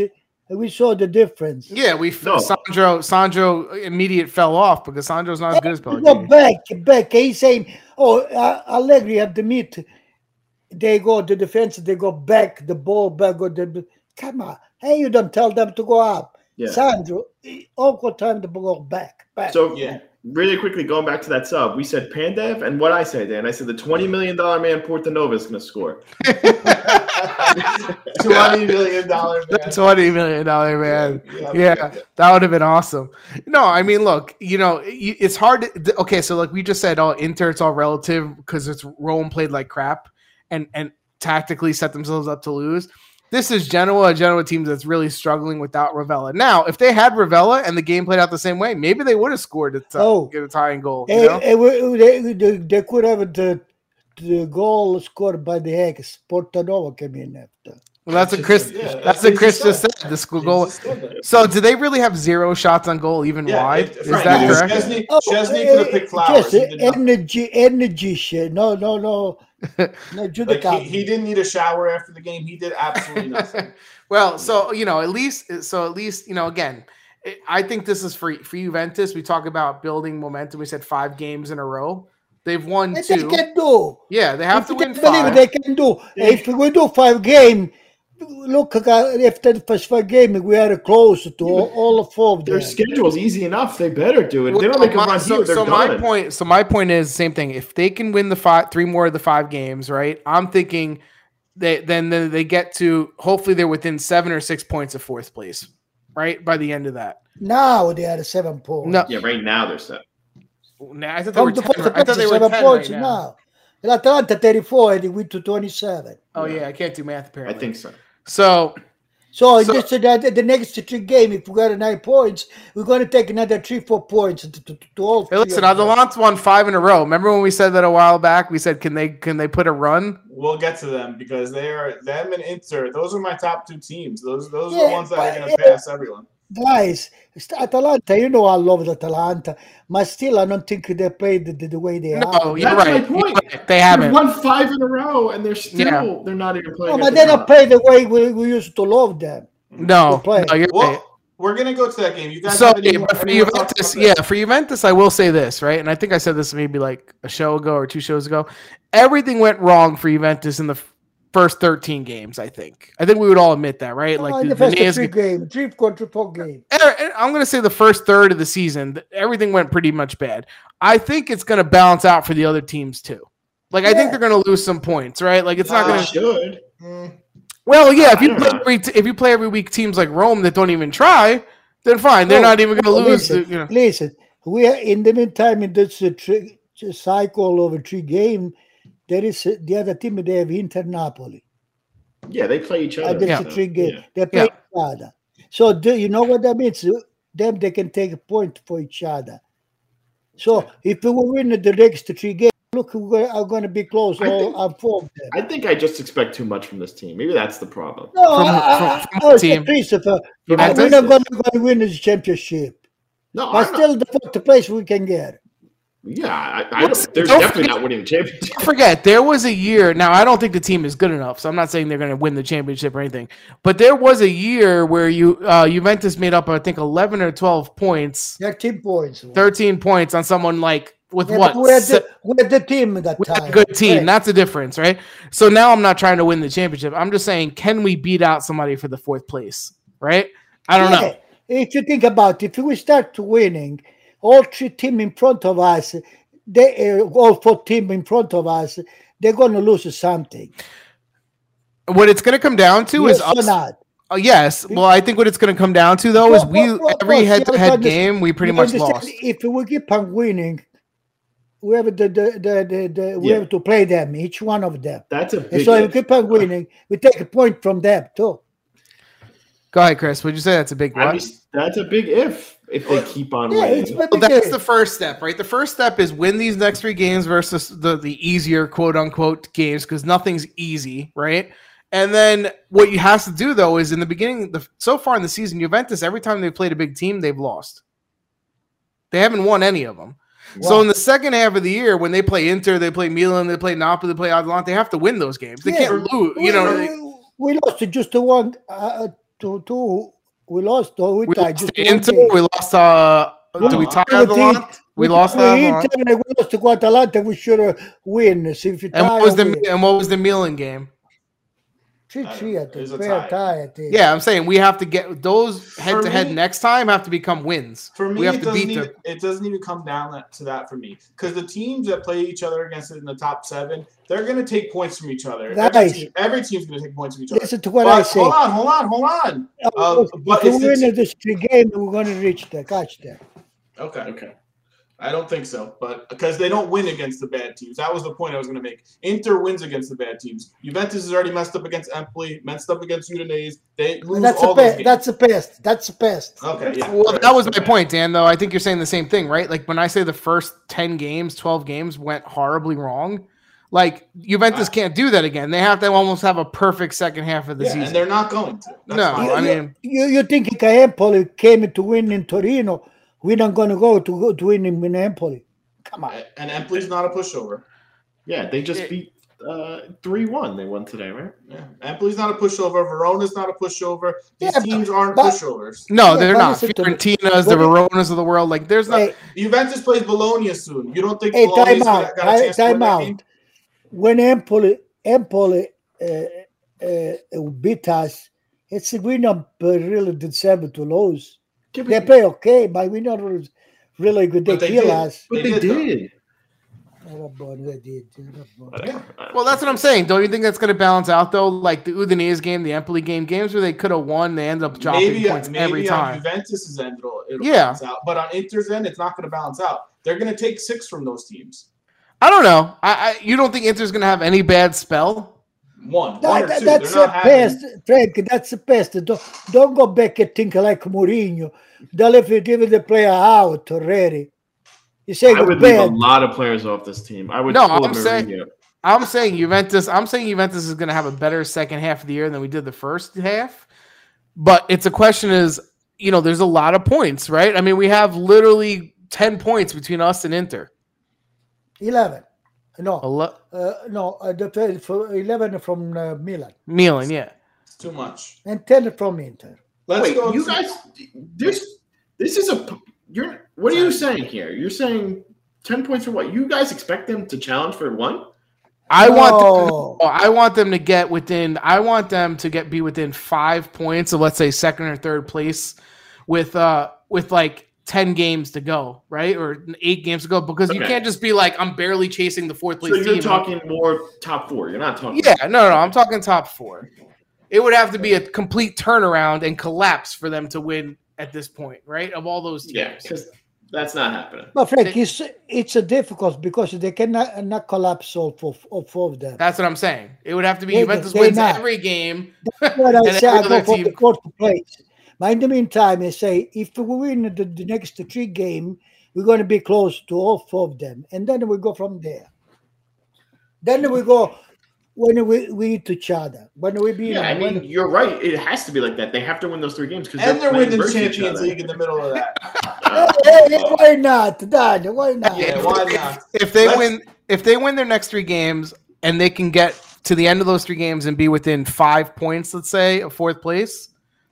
D: we saw the difference.
A: Yeah, we f-
C: No.
A: Sandro Sandro immediate fell off because Sandro's not as good as
D: You go
A: Pellegrini.
D: back, back. He's saying, "Oh, uh, Allegri have the meat." They go the defense. They go back the ball back. Go the come on. Hey, you don't tell them to go up.
C: Yeah.
D: Sandro, eh, all the time to go back, back.
C: So
B: Yeah.
C: really quickly going back to that sub, we said Pandev, and what I said, Dan, I said the twenty million dollar man Portanova is going to score.
B: [LAUGHS] Twenty million dollars.
A: That's twenty million dollar man. Yeah, that would have been awesome. No, I mean, look, you know, y- it's hard. To, th- okay, so like we just said, all Inter, it's all relative because it's Rome played like crap and and tactically set themselves up to lose. This is Genoa, a Genoa team that's really struggling without Ravella. Now, if they had Ravella and the game played out the same way, maybe they would have scored a, t-
D: Oh.
A: get a tying goal. You
D: Eh,
A: know?
D: eh, we- they, they, they could have the, the goal scored by the ex. Portanova came in after.
A: Well, that's what
B: just-
A: Chris.
B: yeah, that's
A: that's
B: what
A: what
B: he
A: Chris
B: said.
A: just said. The school goal.
B: Yeah,
A: So, do they really have zero shots on goal, even wide?
B: it-
A: Is
B: Frank,
A: that
B: it was
A: correct? Oh,
B: Chesney, Chesney could have picked Flowers.
D: Eh, Just
B: He did not-
D: energy, energy. shit. No,
A: [LAUGHS]
D: no, no. No,
B: like,
D: Judica.
B: he, he didn't need a shower after the game. He did absolutely
A: [LAUGHS]
B: nothing.
A: well, so you know, at least so at least you know. Again, it- I think this is for for Juventus. We talk about building momentum. We said five games in a row. They've won
D: They
A: two.
D: can do.
A: Yeah, they have to
D: If
A: win
D: they believe
A: five.
D: they can do.
C: Yeah.
D: If we do five game, look uh, after the first five game, we are close to all, all four of
C: Their
D: them.
C: schedule's easy enough. They better do it. If they
A: Well,
C: don't make a
A: my-
C: run
A: so
C: here. They're
A: so my
C: done.
A: point, so my point is the same thing. If they can win the five, three more of the five games, right? I'm thinking that then then they get to hopefully they're within seven or six points of fourth place. right? By the end of that.
D: Now they are seven points.
A: No.
C: Yeah, right now they're set.
A: Nah, I thought they were
D: From the
A: 10,
D: first
A: right- I thought
D: place,
A: they were
D: seven
A: 10
D: points
A: right now.
D: now. L'Atalanta 34 and they win to 27.
A: Oh yeah, I can't do math apparently.
C: I think so.
A: so.
D: So, in
A: So-
D: this, the, the next three game, if we got nine points, we're going to take another three, four points to, to, to all.
A: Hey,
D: three
A: listen,
D: of them.
A: Adelant's won five in a row. Remember when we said that a while back? We said, can they can they put a run?
B: We'll get to them because they are them and Inter. Those are my top two teams. Those those are
D: Yeah,
B: the ones that are
D: but-
B: going to
D: yeah.
B: pass everyone.
D: Guys, st- Atalanta, you know I love Atalanta, but still, I don't think they played the, the, the way they are.
A: No, you're
C: That's
A: right.
C: my point.
A: You're right. They
C: They've
A: haven't.
C: won five in a row, and they're still
A: Yeah.
C: they're not even playing. at
D: No, but
C: the
D: they don't
C: top.
D: play the way we, we used to love them.
A: No,
D: play.
A: no, you're right.
B: Well, we're going to go to that game. You guys.
A: So,
B: have any
A: yeah,
B: more-
A: but for
B: any more thoughts
A: Juventus,
B: about that?
A: yeah, for Juventus, I will say this, right? And I think I said this maybe like a show ago or two shows ago. Everything went wrong for Juventus in the f- first 13 games, I think. I think we would all admit that, right?
D: No,
A: Like
D: in
A: the,
D: the
A: the
D: first
A: Nance-
D: three game, three contra four game.
A: Er- er, I'm going to say the first third of the season, th- everything went pretty much bad. I think it's going to balance out for the other teams too. Like I think
D: Yeah. Oh,
A: they're going to lose some points, right? Like it's not
B: Nah.
A: going
C: They
A: to
C: should.
B: Mm,
A: Well, yeah, if
C: I
A: you
C: don't
A: play
C: know.
A: every t- if you play every week teams like Rome that don't even try, then fine, they're
D: No,
A: not even going to
D: no,
A: lose.
D: listen.
A: you know.
D: Listen, we are in the meantime in this uh, tri- cycle of a three game. There is uh, the other team they have Inter Napoli.
C: Yeah, they play each
D: At
C: other.
D: the
A: Yeah.
C: so,
D: three game,
C: yeah.
D: they play each other. So do you know what that means? Them they can take a point for each other. So if we win the next three games, look, we're going to be close.
C: I
D: All
C: think-
D: are four of them.
C: I think I just expect too much from this team. Maybe that's the problem.
D: No,
A: From-
D: I,
A: from-
D: I,
A: from
D: I,
A: the
D: I
A: team.
D: Christopher,
C: From
A: I
D: I,
C: what
D: uh,
A: think-
D: we're
C: this
D: not going
C: is.
D: to win this championship.
C: No,
D: But
C: I'm not.
D: still, the fourth place we can get.
C: Yeah, I, I
A: What's-
C: don't, they're
A: don't
C: definitely
A: forget-
C: not winning the championship.
A: Don't forget, there was a year. Now, I don't think the team is good enough, so I'm not saying they're going to win the championship or anything. But there was a year where you uh, Juventus made up, I think, 11 or 12 points,
D: 13 points.
A: 13 points on someone like with
D: We had-
A: what
D: We had,
A: se-
D: the, we had the team that
A: with
D: time.
A: a good team.
D: Right.
A: That's the difference, right? So now I'm not trying to win the championship. I'm just saying, can we beat out somebody for the fourth place, right? I don't know.
D: Yeah. If you think about it, if we start winning, all three team in front of us, they uh, all four team in front of us, they're going to lose something.
A: What it's going to come down to
D: Yes
A: is
D: or
A: us
D: not?
A: Uh, yes. Well, I think what it's going to come down to though is
D: Well,
A: we
D: well, well,
A: every
D: well,
A: head to
D: yeah,
A: head
D: but this-
A: game we pretty
D: You
A: much
D: understand?
A: lost.
D: If we keep on winning, we have the, the, the, the, the we
C: Yeah.
D: have to play them, each one of them.
C: That's a big.
D: And so if
C: if.
D: we keep on winning, we take a point from them too.
A: Go ahead, Chris. Would you say that's a big
C: I
A: one?
C: just, that's a big if if they keep on
D: Yeah,
C: winning.
D: it's but
A: Well, that's the first step, right? The first step is win these next three games versus the the easier quote unquote games because nothing's easy, right? And then what you have to do though is in the beginning, the so far in the season, Juventus every time they've played a big team, they've lost. They haven't won any of them. So
D: Wow.
A: in the second half of the year, when they play Inter, they play Milan, they play Napoli, they play Atalanta, they have to win those games. They
D: Yeah.
A: can't lose. You know, they-
D: we, we lost to just the one uh, to two. We lost or we,
A: We lost
D: tied just
A: to
D: one
A: Inter.
D: game.
A: We lost. Uh,
D: Mm.
A: did we tie
D: Well,
A: Atalanta?
D: the-
A: We lost
D: we,
A: Atalanta.
D: Inter, and we lost to Atalanta. We should uh, win. So if you
A: And
D: tie,
A: what was
D: we
A: the
D: win.
A: and what was the Milan game?
D: three three? I
B: It was
D: think
B: a
D: fair
B: tie.
D: tie. I think.
A: Yeah, I'm saying we have to get those
B: For
A: head to head
B: me-
A: next time have to become wins.
B: For me,
A: we have
B: it
A: to
B: doesn't
A: beat
B: even,
A: them.
B: it doesn't even come down that- to that for me because the teams that play each other against it in the top seven, they're going to take points from each other. Every,
D: Guys.
B: team, every team's going to take points from each other.
D: Listen to what
B: But
D: I say.
B: Hold on, hold on, hold on. um, but
D: if
B: it's
D: we
B: the
D: win
B: t-
D: this three game, we're going to reach the catch there.
B: Okay.
C: okay.
B: I don't think so, but because they don't win against the bad teams. That was the point I was going to make. Inter wins against the bad teams. Juventus has already messed up against Empoli, messed up against Udinese. They lose
D: That's
B: all
D: a
B: those
D: past.
B: games.
D: That's a past. That's a past.
B: okay, yeah.
A: Well,
B: right.
A: that was my point, Dan. Though I think you're saying the same thing, right? Like when I say the first ten games, twelve games went horribly wrong. Like Juventus can't do that again. They have to almost have a perfect second half of the
B: Yeah, and
A: season.
B: they're not going to. That's
A: No,
B: my
A: I
B: point.
A: mean-
D: you, you think if Empoli came to win in Torino, we're not going to go to go to win in, in Empoli. Come on.
B: and Empoli's not a pushover.
C: Yeah, they just
A: It-
C: beat uh, three one. They won today, right?
B: Yeah. Empoli's not a pushover. Verona's not a pushover. These
D: Yeah, but-
B: teams aren't
D: but-
B: pushovers.
A: No,
D: Yeah,
A: they're
D: but
A: not.
D: listen to me.
A: Fiorentinas, the
D: Well,
A: Veronas of the world. Like there's not.
D: Hey,
B: Juventus plays Bologna soon. You don't think
D: hey,
B: Bologna's
D: time out.
B: got, got a
D: Ti-
B: chance to win
D: Time
B: that
D: out.
B: game?
D: When Empoli Empoli uh, uh, beat us, it's we not uh, really deserve to lose.
C: Yeah, but
D: They play okay, but we not really good. They,
B: But they
D: kill
B: did.
D: us.
C: but
B: They
C: they
B: did, though.
C: did.
D: Rabboni, they did. Rabboni.
B: Yeah.
A: Well, that's what I'm saying. Don't you think that's going to balance out though? Like the Udinese game, the Empoli game, games where they could have won, they end up dropping
B: maybe uh,
A: points
B: maybe
A: every
B: on
A: time.
B: Juventus's end it'll, it'll
A: Yeah.
B: balance out, but on Inter's end it's not going to balance out. They're going to take six from those teams.
A: I don't know. I, I you don't think Inter's going to have any bad spell?
B: One, one
D: That,
B: or
D: that-
B: two.
D: that's
B: They're
D: a
B: not having-
D: pest, Frank. That's a pest. Don't, don't go back and think like Mourinho. They left even the player out already. You say
C: I would leave a
D: bad.
C: lot of players off this team. I would
A: No,
C: pull
A: I'm saying-
C: Mourinho.
A: I'm saying Juventus. I'm saying Juventus is going to have a better second half of the year than we did the first half. But it's a question is, you know, there's a lot of points, right? I mean, we have literally 10 points between us and Inter.
D: 11.
A: A
D: No,
A: lo-
D: uh, no, uh, the, third- for 11 from uh, Milan
A: Milan, yeah.
B: It's too much.
D: and 10 from Inter.
B: Let's
C: Wait,
B: go.
C: you
B: to-
C: guys, this this is a you're. What are you saying here? You're saying ten points for what? You guys expect them to challenge for one?
A: I want them,
D: No.
A: oh, I want them to get within I want them to get be within 5 points of let's say second or third place with uh with like 10 games to go, right? Or 8 games to go because you
C: Okay.
A: can't just be like I'm barely chasing the fourth place
C: So you're
A: team.
C: talking more top four. You're not talking.
A: Yeah, no, no, I'm talking top four. It would have to be a complete turnaround and collapse for them to win at this point, right? Of all those teams.
C: yeah, 'cause that's not happening.
D: But Frank,
A: They-
D: it's, it's a difficult because they cannot uh, not collapse all four, all four of them.
A: That's what I'm saying. It would have to be
D: They-
A: Juventus
D: they
A: wins
D: not.
A: every game.
D: what I
A: and
D: say, I
A: every
D: go
A: other
D: for the
A: team-
D: fourth place. But in the meantime, I say if we win the, the next three game, we're going to be close to all four of them, and then we go from there. Then we go when we we eat each other. When we be
C: Yeah, I mean, you're right. It has to be like that. They have to win those three games because
B: and they're winning Champions League in the middle of
C: [LAUGHS]
B: that.
D: Hey, hey, hey, why not, Dan? Why not?
B: Yeah,
A: if,
B: why
A: if-
B: not?
A: if they
B: Let's-
A: win if they win their next three games and they can get to the end of those three games and be within five points, let's say, of fourth place,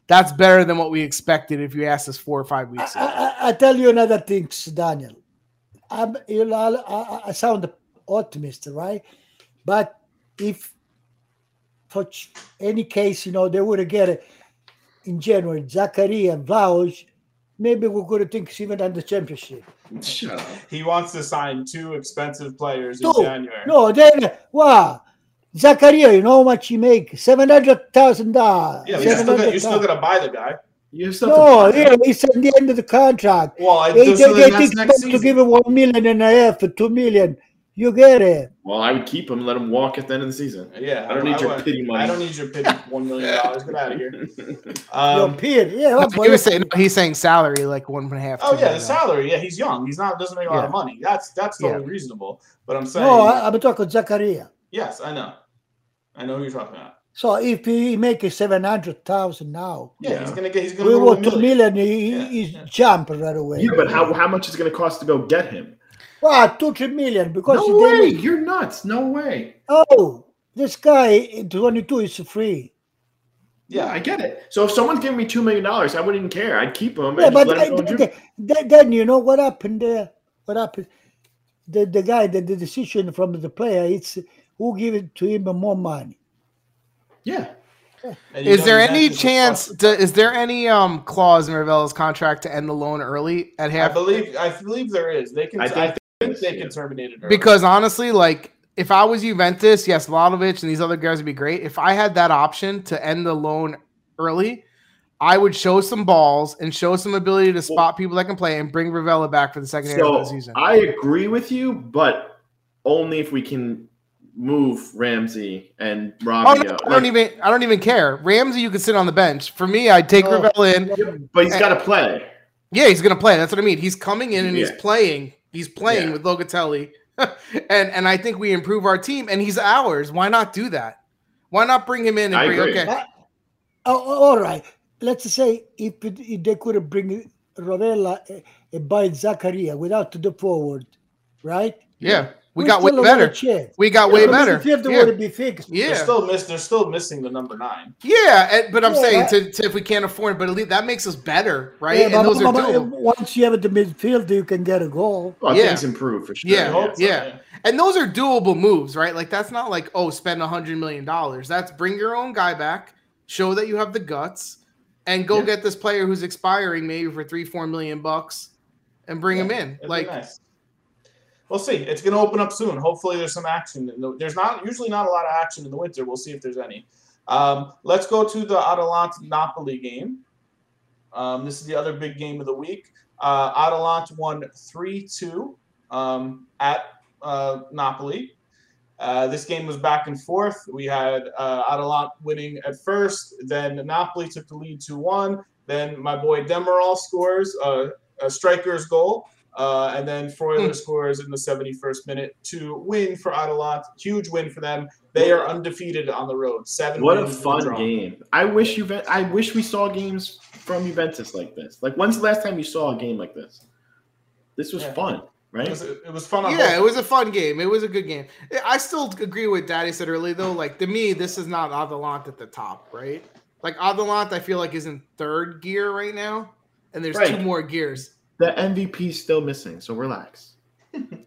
A: that's better than what we expected if you asked us four or five
D: I,
A: weeks ago.
B: uh,
D: I, I- I tell you another thing, Daniel. I'm, you know, I'll- I, I- I sound optimist, right? But if for ch- any case, you know, they would get it in January, Zachary and Vlaovic, maybe we could have think even on the championship.
C: [LAUGHS] Shut up.
B: He wants to sign two expensive players
D: No,
B: in January.
D: No, then, wow. Zakaria, you know how much he make? Seven hundred thousand dollars.
B: yeah, but you still got you still got to buy the guy.
C: You have something.
D: No, yeah, it's at the end of the contract.
B: Well, it,
D: they,
B: so
D: they,
B: then
D: they
B: that's
D: think
B: next
D: to
B: season.
D: give him one million and a half, two million. You get it.
C: Well, I would keep him, let him walk at the end of the season.
B: yeah,
C: I don't need your
B: would.
C: pity money.
B: I don't need your pity. One million dollars. Get out of
C: [LAUGHS]
B: here.
D: Your
B: Um,
D: peer. Yeah, oh,
A: That's
D: but
A: what he was saying, he's saying salary like one and a half.
B: oh
A: two
B: yeah, the
A: million.
B: salary. Yeah, he's young. He's not doesn't make a lot of
A: Yeah.
B: money. That's that's
A: Yeah.
B: totally reasonable. But I'm saying
D: no, I, I'm talking Zakaria.
B: yes, I know. I know who you're talking about.
D: So if he make it seven hundred thousand now,
B: Yeah,
C: Yeah.
B: he's gonna get. He's gonna
D: we
B: go
D: want
B: to a
D: two
B: million.
D: million. He,
B: Yeah,
D: he's
B: yeah.
D: jump right away.
C: Yeah, but how, how much is it going to cost to go get him?
D: Wow, two three million because
C: No
D: he
C: way.
D: didn't-
C: You're nuts. No way.
D: oh this guy twenty two is free.
C: Yeah, I get it. So if someone's giving me two million dollars, I wouldn't care. I'd keep him.
D: Yeah,
C: and just
D: but
C: let
D: I,
C: him go and do-
D: then, then- then you know what happened there? What happened? The the guy the, the decision from the player it's who give it to him more money.
C: yeah.
B: And you
A: Is
B: know
A: there
B: he's
A: any
B: anxious to
A: chance?
B: fuck.
A: To, is there any um clause in Ravel's contract to end the loan early at
B: I
A: half?
B: believe. I believe there is. They can.
C: I
B: I
C: think
B: think,
C: there is,
B: they
C: yeah.
B: can terminate it early.
A: Because honestly, like if I was Juventus, yes, Vladovic and these other guys would be great. If I had that option to end the loan early, I would show some balls and show some ability to spot people that can play and bring Ravella back for the second half of the
C: So
A: season.
C: I agree with you, but only if we can move Ramsey and
A: Oh,
C: Robbie
A: no,
C: out.
A: I don't
C: Like,
A: even. I don't even care. Ramsey, you could sit on the bench. For me, I'd take
D: Oh.
A: Ravella in.
C: but he's got to play.
A: Yeah, he's gonna play. That's what I mean. He's coming in and
C: Yeah.
A: he's playing. He's playing
C: Yeah.
A: with Locatelli, [LAUGHS] and and I think we improve our team. And he's ours. Why not do that? Why not bring him in and
C: I
A: bring?
C: agree.
A: Okay,
D: Oh, oh, all right. Let's say if, it- if they could bring Rovella eh, and buy Zakaria without the forward, right?
A: yeah, we
D: We
A: got way
D: still have a
A: better.
D: chance.
A: We got way
D: Because
A: better.
D: If you have the
A: Yeah,
D: word be fixed,
B: they're
A: yeah,
B: still miss. They're still missing the number nine.
A: yeah. and- But I'm
D: Yeah,
A: saying
D: I-
A: to, to if we can't afford, it, but at least that makes us better, right?
D: yeah,
A: and
D: but-
A: those are
D: but-
A: doable.
D: once you have the midfield, you can get a goal.
C: Well,
A: Yeah.
C: things improve for sure.
B: I
A: Yeah.
B: hope so,
A: yeah. And those are doable moves, right? Like that's not like oh, spend a hundred million dollars. That's bring your own guy back, show that you have the guts, and go
C: Yeah.
A: get this player who's expiring maybe for three, four million bucks, and bring him in.
B: It'd be
A: like
B: nice. we'll see. It's going to open up soon. Hopefully, there's some action. In the, there's not usually not a lot of action in the winter. We'll see if there's any. Um, let's go to the Atalanta Napoli game. Um, this is the other big game of the week. Uh, Atalanta won 3 2 um, at uh, Napoli. Uh, this game was back and forth. We had uh, Atalanta winning at first, then Napoli took the lead 2 1. Then my boy Demerol scores a, a striker's goal, uh, and then
A: Hmm.
B: Freuler scores in the 71st minute to win for Atalanta. Huge win for them. They are undefeated on the road. Seven.
C: What a
B: wins, no
C: fun
B: draw.
C: game! I wish you. I wish we saw games from Juventus like this. Like, when's the last time you saw a game like this? This was
B: Yeah.
C: fun, right?
B: It was, it was fun. On
A: Yeah, it
B: both.
A: was a fun game. It was a good game. I still agree with Daddy said earlier though. Like to me, this is not Adelant at the top, right? Like Adelant, I feel like is in third gear right now, and there's two
C: Right.
A: more gears.
C: the MVP's still missing, so relax.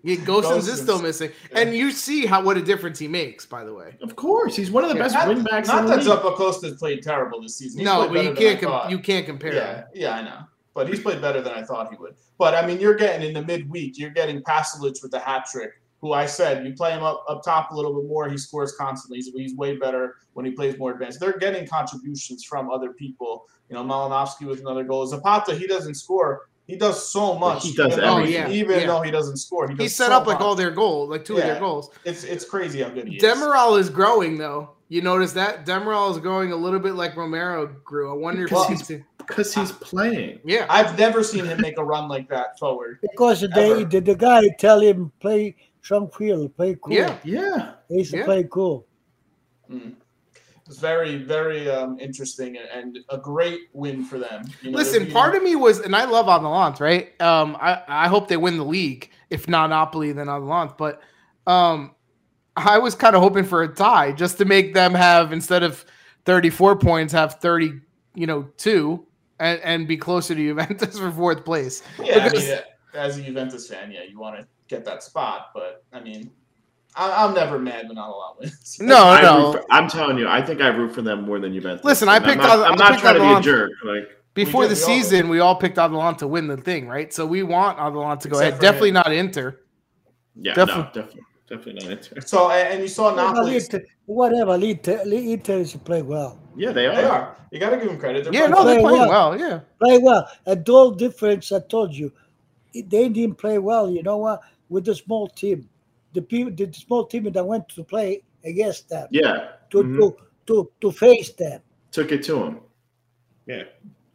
A: Yeah, Gosens is still
B: Gosens.
A: missing,
B: Yeah.
A: and you see how what a difference he makes. By the way,
C: Of course, he's one of the
A: Yeah,
C: best
B: Not-
C: wing backs
B: Not
C: in the
B: that
C: league.
B: Zapacosta's played terrible this season. He's
A: no,
B: played
A: but you
B: better than I
A: can't com-
B: thought.
A: you can't compare.
B: yeah,
A: them.
B: Yeah, I know. But he's played better than I thought he would. But I mean, you're getting in the midweek, you're getting Pasalic with the hat trick, who I said you play him up, up top a little bit more. He scores constantly. He's, he's way better when he plays more advanced. They're getting contributions from other people. You know, Malinowski with another goal. Zapata, he doesn't score. He does so much.
C: He does
B: even though-
A: everything. Oh,
B: Even
A: Yeah.
B: though he doesn't score, he,
A: He
B: does
A: set
B: so
A: up like
B: much.
A: all their goals, like two of
B: Yeah.
A: their goals.
B: It's it's crazy how good he is.
A: Demerol is growing though. You notice that Demerol is growing a little bit like Romero grew. I wonder if
B: Well-
A: he's
C: Because he's playing.
A: yeah.
B: I've never seen him make a run like that forward.
D: Because they,
B: Ever.
D: the, the guy tell him play tranquil, play cool.
A: Yeah.
C: Yeah.
D: He used to
A: Yeah.
D: play cool.
B: Mm. It's very, very um, interesting and- and a great win for them. You know,
A: Listen, part of me was, and I love Adelant, right? Um, I, I hope they win the league. If not Napoli, then Adelant. But um, I was kind of hoping for a tie just to make them have instead of 34 points, have 30, you know, two, and, and be closer to [LAUGHS] Juventus for fourth place.
B: yeah, I
A: because-
B: mean, uh, as a Juventus fan, yeah, you want to get that spot, but I mean, I, I'm never mad when Atalanta wins.
A: No,
C: I
A: no.
C: am telling you, I think I root for them more than Juventus.
A: Listen, I
C: And
A: picked
C: I'm
A: other-
C: not,
A: I
C: I'm not
A: picked
C: trying to be
A: other
C: a jerk. Like,
A: Before
B: did,
A: the
B: we all did.
A: season, we all picked Adelant to win the thing, right? So we want Adelant to go
B: Except
A: ahead.
B: for
A: Definitely
B: him.
A: not Inter.
C: yeah,
A: Definitely.
C: no, definitely, definitely not [LAUGHS] Inter.
B: [LAUGHS] So and, and you saw
D: Well,
B: Napoli.
D: Inter- whatever, Inter, Inter is play well.
C: Yeah, they are.
B: They are. You got to give them credit. They're
A: Yeah, no,
B: playing-
A: they're
D: Play
A: playing
D: well.
A: well. Yeah.
D: Play well. A dual difference, I told you. It- They didn't play well, you know what? With the small team. The people the small team that went to play against them.
C: Yeah.
D: To,
A: Mm-hmm.
C: Mhm.
D: to to to face them,
C: Took it to him. Yeah.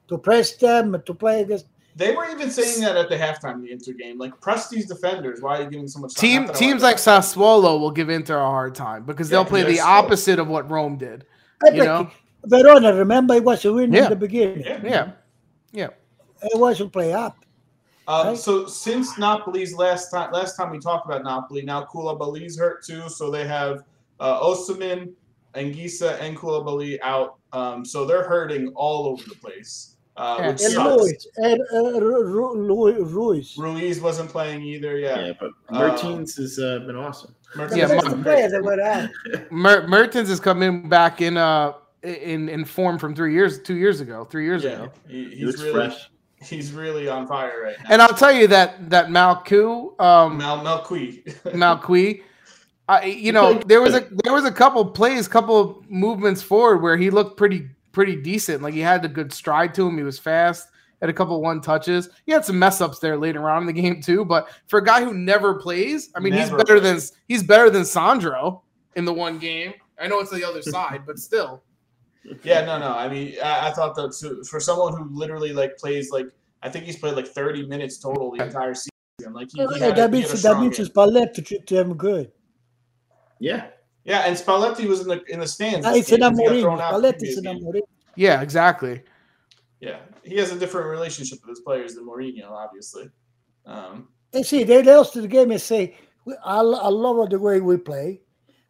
D: to press them, to play against
B: They were even saying that at the halftime of the Inter game. Like, press these defenders. Why are you giving so much time? Not
A: Team,
B: that I
A: teams like
B: want
A: Sassuolo will give Inter a hard time because
B: Yeah,
A: they'll play
B: they're
A: the
B: slow.
A: opposite of what Rome did.
D: I
A: You know?
D: bet- Verona, remember it was a win
A: Yeah.
D: in the beginning.
B: that. Yeah.
A: Yeah.
D: It was a play up.
B: Um,
D: Right.
B: so since Napoli's last time, last time we talked about Napoli, now Koulibaly's hurt too. So they have uh, Osimhen, Anguissa, and Koulibaly out. Um, so they're hurting all over the place, uh,
A: Yeah.
B: which
D: And
B: sucks.
D: Luis, and uh, Ru- Ru- Lu- Ruiz.
B: Ruiz wasn't playing either. Yeah,
C: Yeah, but
B: Uh,
C: Mertens has uh, been awesome.
B: Mertens
D: The
A: Yeah,
B: wasn't
D: best
B: great.
D: player that went out.
A: Mer- Mertens is coming back in uh in in form from three years, two years ago, three years
B: Yeah,
A: ago.
B: he-
C: He
B: he's
C: looks
B: really
C: fresh.
B: [LAUGHS] he's really on fire right now.
A: And I'll tell you that that Malcu, um,
B: Mal Malqui. [LAUGHS]
A: Malqui, I you know there was a there was a couple plays, couple of movements forward where he looked pretty pretty decent. Like he had a good stride to him. He was fast. Had a couple one touches. He had some mess ups there later on in the game too. But for a guy who never plays, I mean, he's
B: Never
A: better than
B: plays.
A: he's better than Sandro in the one game. I know it's the
B: [LAUGHS]
A: other side, but still.
B: Yeah, no, no. I mean, I, I thought that so, for someone who literally like plays like I think he's played like 30 minutes total the entire season. Like he, he had a-
D: that
B: he had a
D: means that
B: strong
D: means
B: game.
D: Spalletti treated them good.
C: Yeah.
B: Yeah, and Spalletti was in the in the stands.
D: Uh,
B: this
D: It's an
B: game 'cause he got
D: Amorim.
B: thrown out
D: Spalletti
B: previous
D: is an
B: game.
D: Amorim.
A: Yeah, exactly.
B: Yeah, he has a different relationship with his players than Mourinho, obviously. Um,
D: And see, they lost the game and say, we, I, lo- I love the way we play.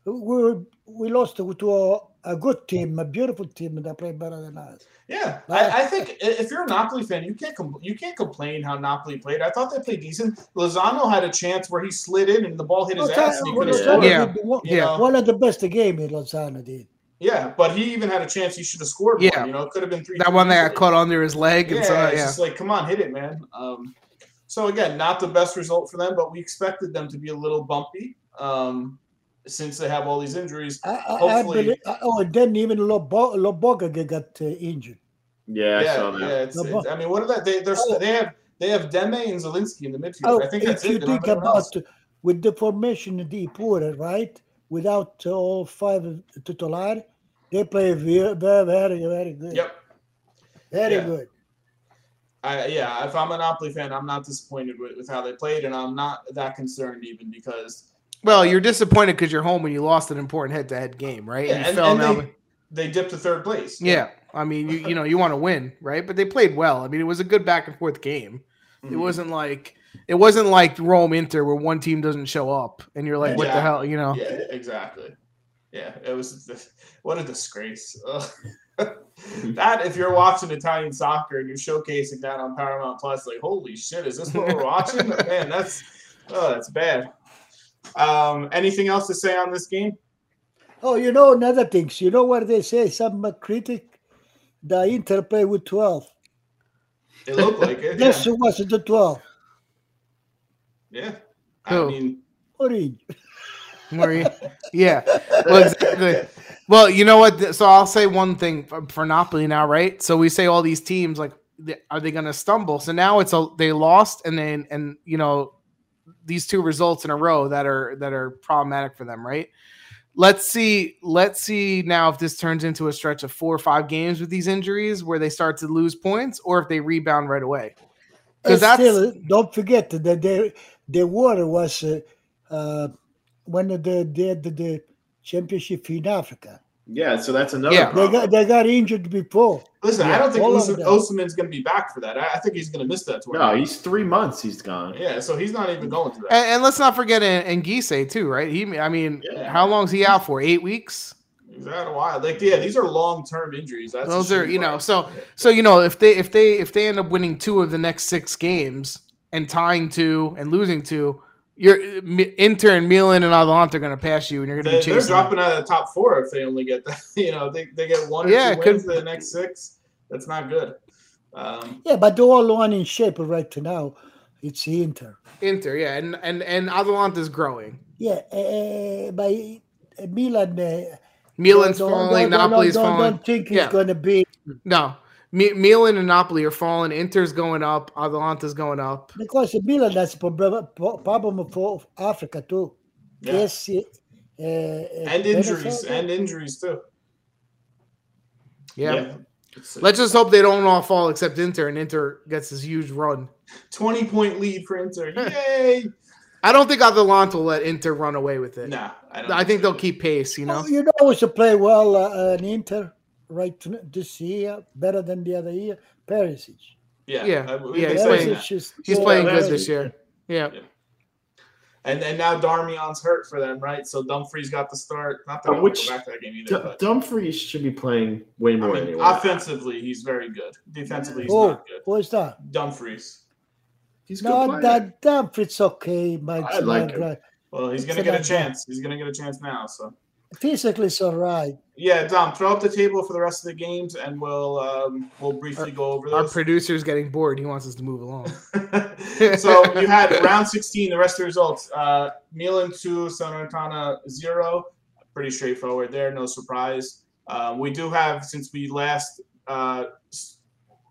D: We were- we lost to, to a, a good team, a beautiful team that played better than us.
B: yeah, I, I think i- if you're a Napoli fan, you can't com- you can't complain how Napoli played. I thought they played decent. Lozano had a chance where he slid in and the ball hit his
D: Lozano-
B: ass and he could have
D: Lozano
B: scored.
A: Yeah.
D: did the one,
A: Yeah.
D: one of the best game in Lozano did.
B: Yeah, but he even had a chance. He should have scored.
A: Yeah.
B: one, you know, it could have been three.
A: That one that
B: I
A: got caught under his leg
B: Yeah,
A: and so
B: it's
A: yeah.
B: just like, come on, hit it, man. Um, So again, not the best result for them, but we expected them to be a little bumpy um, since they have all these injuries.
D: I, I, I
B: Hopefully-
D: believe, oh, and then even Lobo, Loboga g- got uh, injured.
C: Yeah, I saw
B: yeah.
C: that.
B: It's, it's, I mean, what are that? They they're,
D: Oh.
B: they have they have Deme and Zelinski in the midfield.
D: Oh,
B: I think that's it.
D: if you
B: They don't have
D: think
B: anyone
D: about
B: else.
D: with the formation of the Pura, right? Without uh, all five titular, they play very, very, very, very good.
B: Yep.
D: Very
B: Yeah.
D: good.
B: I, yeah, if I'm a Napoli fan, I'm not disappointed with, with how they played, and I'm not that concerned even because
A: Well, you're disappointed because you're home and you lost an important head-to-head game, right?
B: yeah,
A: you
B: and,
A: fell
B: and
A: now-
B: they, they dipped to third place.
A: Yeah, I mean, you you know, you want to win, right? But they played well. I mean, it was a good back and forth game. It
B: Mhm.
A: wasn't like it wasn't like Rome Inter where one team doesn't show up and you're like, what the
B: Yeah.
A: hell, you know? [LAUGHS]
B: Yeah, exactly. Yeah, it was what a disgrace. [LAUGHS]
A: [LAUGHS]
B: Ugh. that if you're watching Italian soccer and you're showcasing that on Paramount Plus, like holy shit, is this what we're
A: [LAUGHS]
B: watching? Man, that's oh, that's bad. Um, anything else to say on this game?
D: Oh, you know another things. You know what they say? Some uh, critic, the Inter play with twelve.
B: It
A: [LAUGHS]
B: looked like it.
D: Yes, it was the twelve.
B: Yeah. yeah. I
A: Who?
B: mean,
D: Orange.
A: Where you- yeah. Well, exactly. Well, you know what? th- So I'll say one thing for, for Napoli now, right? So we say all these teams like, th- are they going to stumble? So now it's a they lost, and then and you know these two results in a row that are that are problematic for them, right? Let's see. Let's see now if this turns into a stretch of four or five games with these injuries, where they start to lose points, or if they rebound right away.
D: And
A: Because that's
D: still, don't forget that the the water was uh, uh, when they did the, the championship in Africa.
C: Yeah, so that's another.
A: Yeah.
D: They
C: problem.
D: got they got injured before.
B: listen, I
A: Yeah,
B: don't think
D: all of
B: Osman,
D: them.
B: Osman's going to be back for that. I, I think he's going to miss that
C: No,
B: tournament.
C: he's three months. He's gone.
B: yeah, so he's not even going to that.
A: and, and let's not forget and Gise too, right? He, I mean,
B: Yeah.
A: how long's he out for? Eight weeks.
B: Is that a while? Like, yeah, these are long-term injuries. That's the
A: Those are
B: shitty
A: you know
B: part.
A: so so you know if they if they if they end up winning two of the next six games and tying two and losing two, you're Inter and Milan and Atalanta are going to pass you and you're going to
B: They,
A: be
B: they're
A: chasing. them.
B: dropping out of the top four if they only get that. [LAUGHS] You know, they, they get one or
A: Yeah,
B: two
A: it could-
B: wins in the next six. That's not good. Um,
D: Yeah, but they're all one in shape right now. It's Inter.
A: Inter, yeah, and and and Atalanta's growing.
D: Yeah, uh, by Milan. Uh,
A: Milan's
D: don't-
A: falling,
D: don't- don't-
A: Napoli's
D: don't,
A: falling.
D: Don't think
A: Yeah.
D: it's going to be
A: No, Mi- Milan and Napoli are falling. Inter's going up. Atalanta's going up.
D: because Milan has problem pro- problem for Africa too.
B: yeah.
D: Yes, uh, and
B: And injuries. And injuries, too.
A: Yeah.
B: It's a
A: Let's just hope they don't all fall except Inter, and Inter gets this huge run.
B: 20 point lead for
A: [LAUGHS]
B: Inter. Yay!
A: I don't think Atalanta will let Inter run away with it.
B: nah, I, don't
A: I think
B: so.
A: they'll keep pace. You
C: Oh,
A: know,
D: you know, who's to play well uh, an Inter right to- this year, better than the other year. Perisic.
B: Yeah,
A: Yeah,
B: I- we've
A: yeah,
B: been
A: he's
B: saying
A: playing-
B: that.
D: Perisic is uh,
A: he's
D: so
A: playing
C: last
A: good
D: well.
A: this year. Yeah.
B: And and now Darmian's hurt for them, right? So Dumfries got the start. Not that
C: Uh,
B: I want
C: which-
B: to go back to that game either,
C: D-
B: but
C: Dumfries should be playing way
B: I
C: more
B: mean,
C: anyway.
B: offensively he's very good. Defensively he's
D: Oh,
B: not good.
D: what's that?
B: Dumfries.
C: He's a good
D: No,
C: player.
D: that damn Fritz okay, my,
C: I like
D: my
B: Well, he's gonna
D: It's
B: get a
D: about that.
B: chance. He's gonna get a chance now. So
D: physically it's all right.
B: yeah, Dom, throw up the table for the rest of the games, and we'll um, we'll briefly go over
A: Our
B: those.
A: producer's getting bored. He wants us to move along.
B: [LAUGHS] so you had round 16, the rest of the results. Uh, Milan 2, Salernitana 0. Pretty straightforward there, no surprise. Um, we do have, since we last uh, s-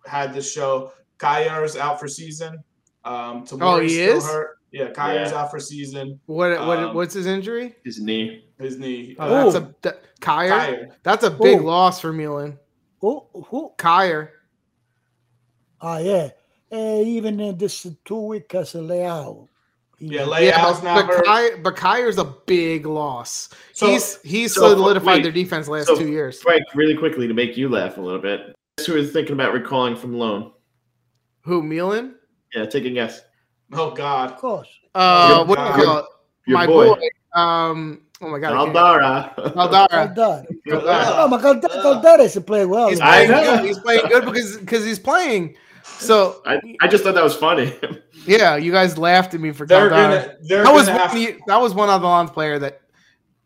B: had this show, Kayar's out for season. Um, Tomori's
A: Oh, he
B: still
A: is?
B: hurt. Yeah, Kayar's
C: Yeah.
B: out for season.
A: What? What?
B: Um,
A: what's his injury?
C: His knee.
B: His knee.
A: Oh,
B: uh,
A: that's a that, Kyer.
B: Kyer.
A: That's a big
D: Ooh.
A: loss for Milan.
D: Who who
A: Kyer.
D: Ah, yeah. Uh, even in this two uh, week as a layout.
B: Yeah,
D: Even-
B: Leao's now
A: but, but,
B: hurt.
A: Kyer, but Kyer's a big loss.
B: So-
A: he's he's
C: so,
A: solidified
C: wait,
A: their defense last
C: so-
A: two years.
C: Frank, really quickly to make you laugh a little bit. Guess who is thinking about recalling from loan?
A: Who Milan?
C: Yeah, take a guess.
B: Oh,
D: of
B: God.
D: course.
A: Uh,
B: Your-
A: what do you
B: your-
A: call it?
C: Your
A: my boy.
C: boy,
A: Um. Oh my God. I can't-
C: Aldara. [LAUGHS]
A: Aldara.
D: Caldara.
A: Aldara.
D: Oh, my God,
B: Ah.
D: Caldara is playing well.
A: He's
D: man.
C: I
A: playing
C: know.
A: good. He's playing good because because he's playing. So
C: I, I just thought that was funny. [LAUGHS]
A: yeah, you guys laughed at me for
B: They're
A: Caldara.
B: gonna. They're
A: that was
B: gonna have
A: one, you- that was one Avalon player that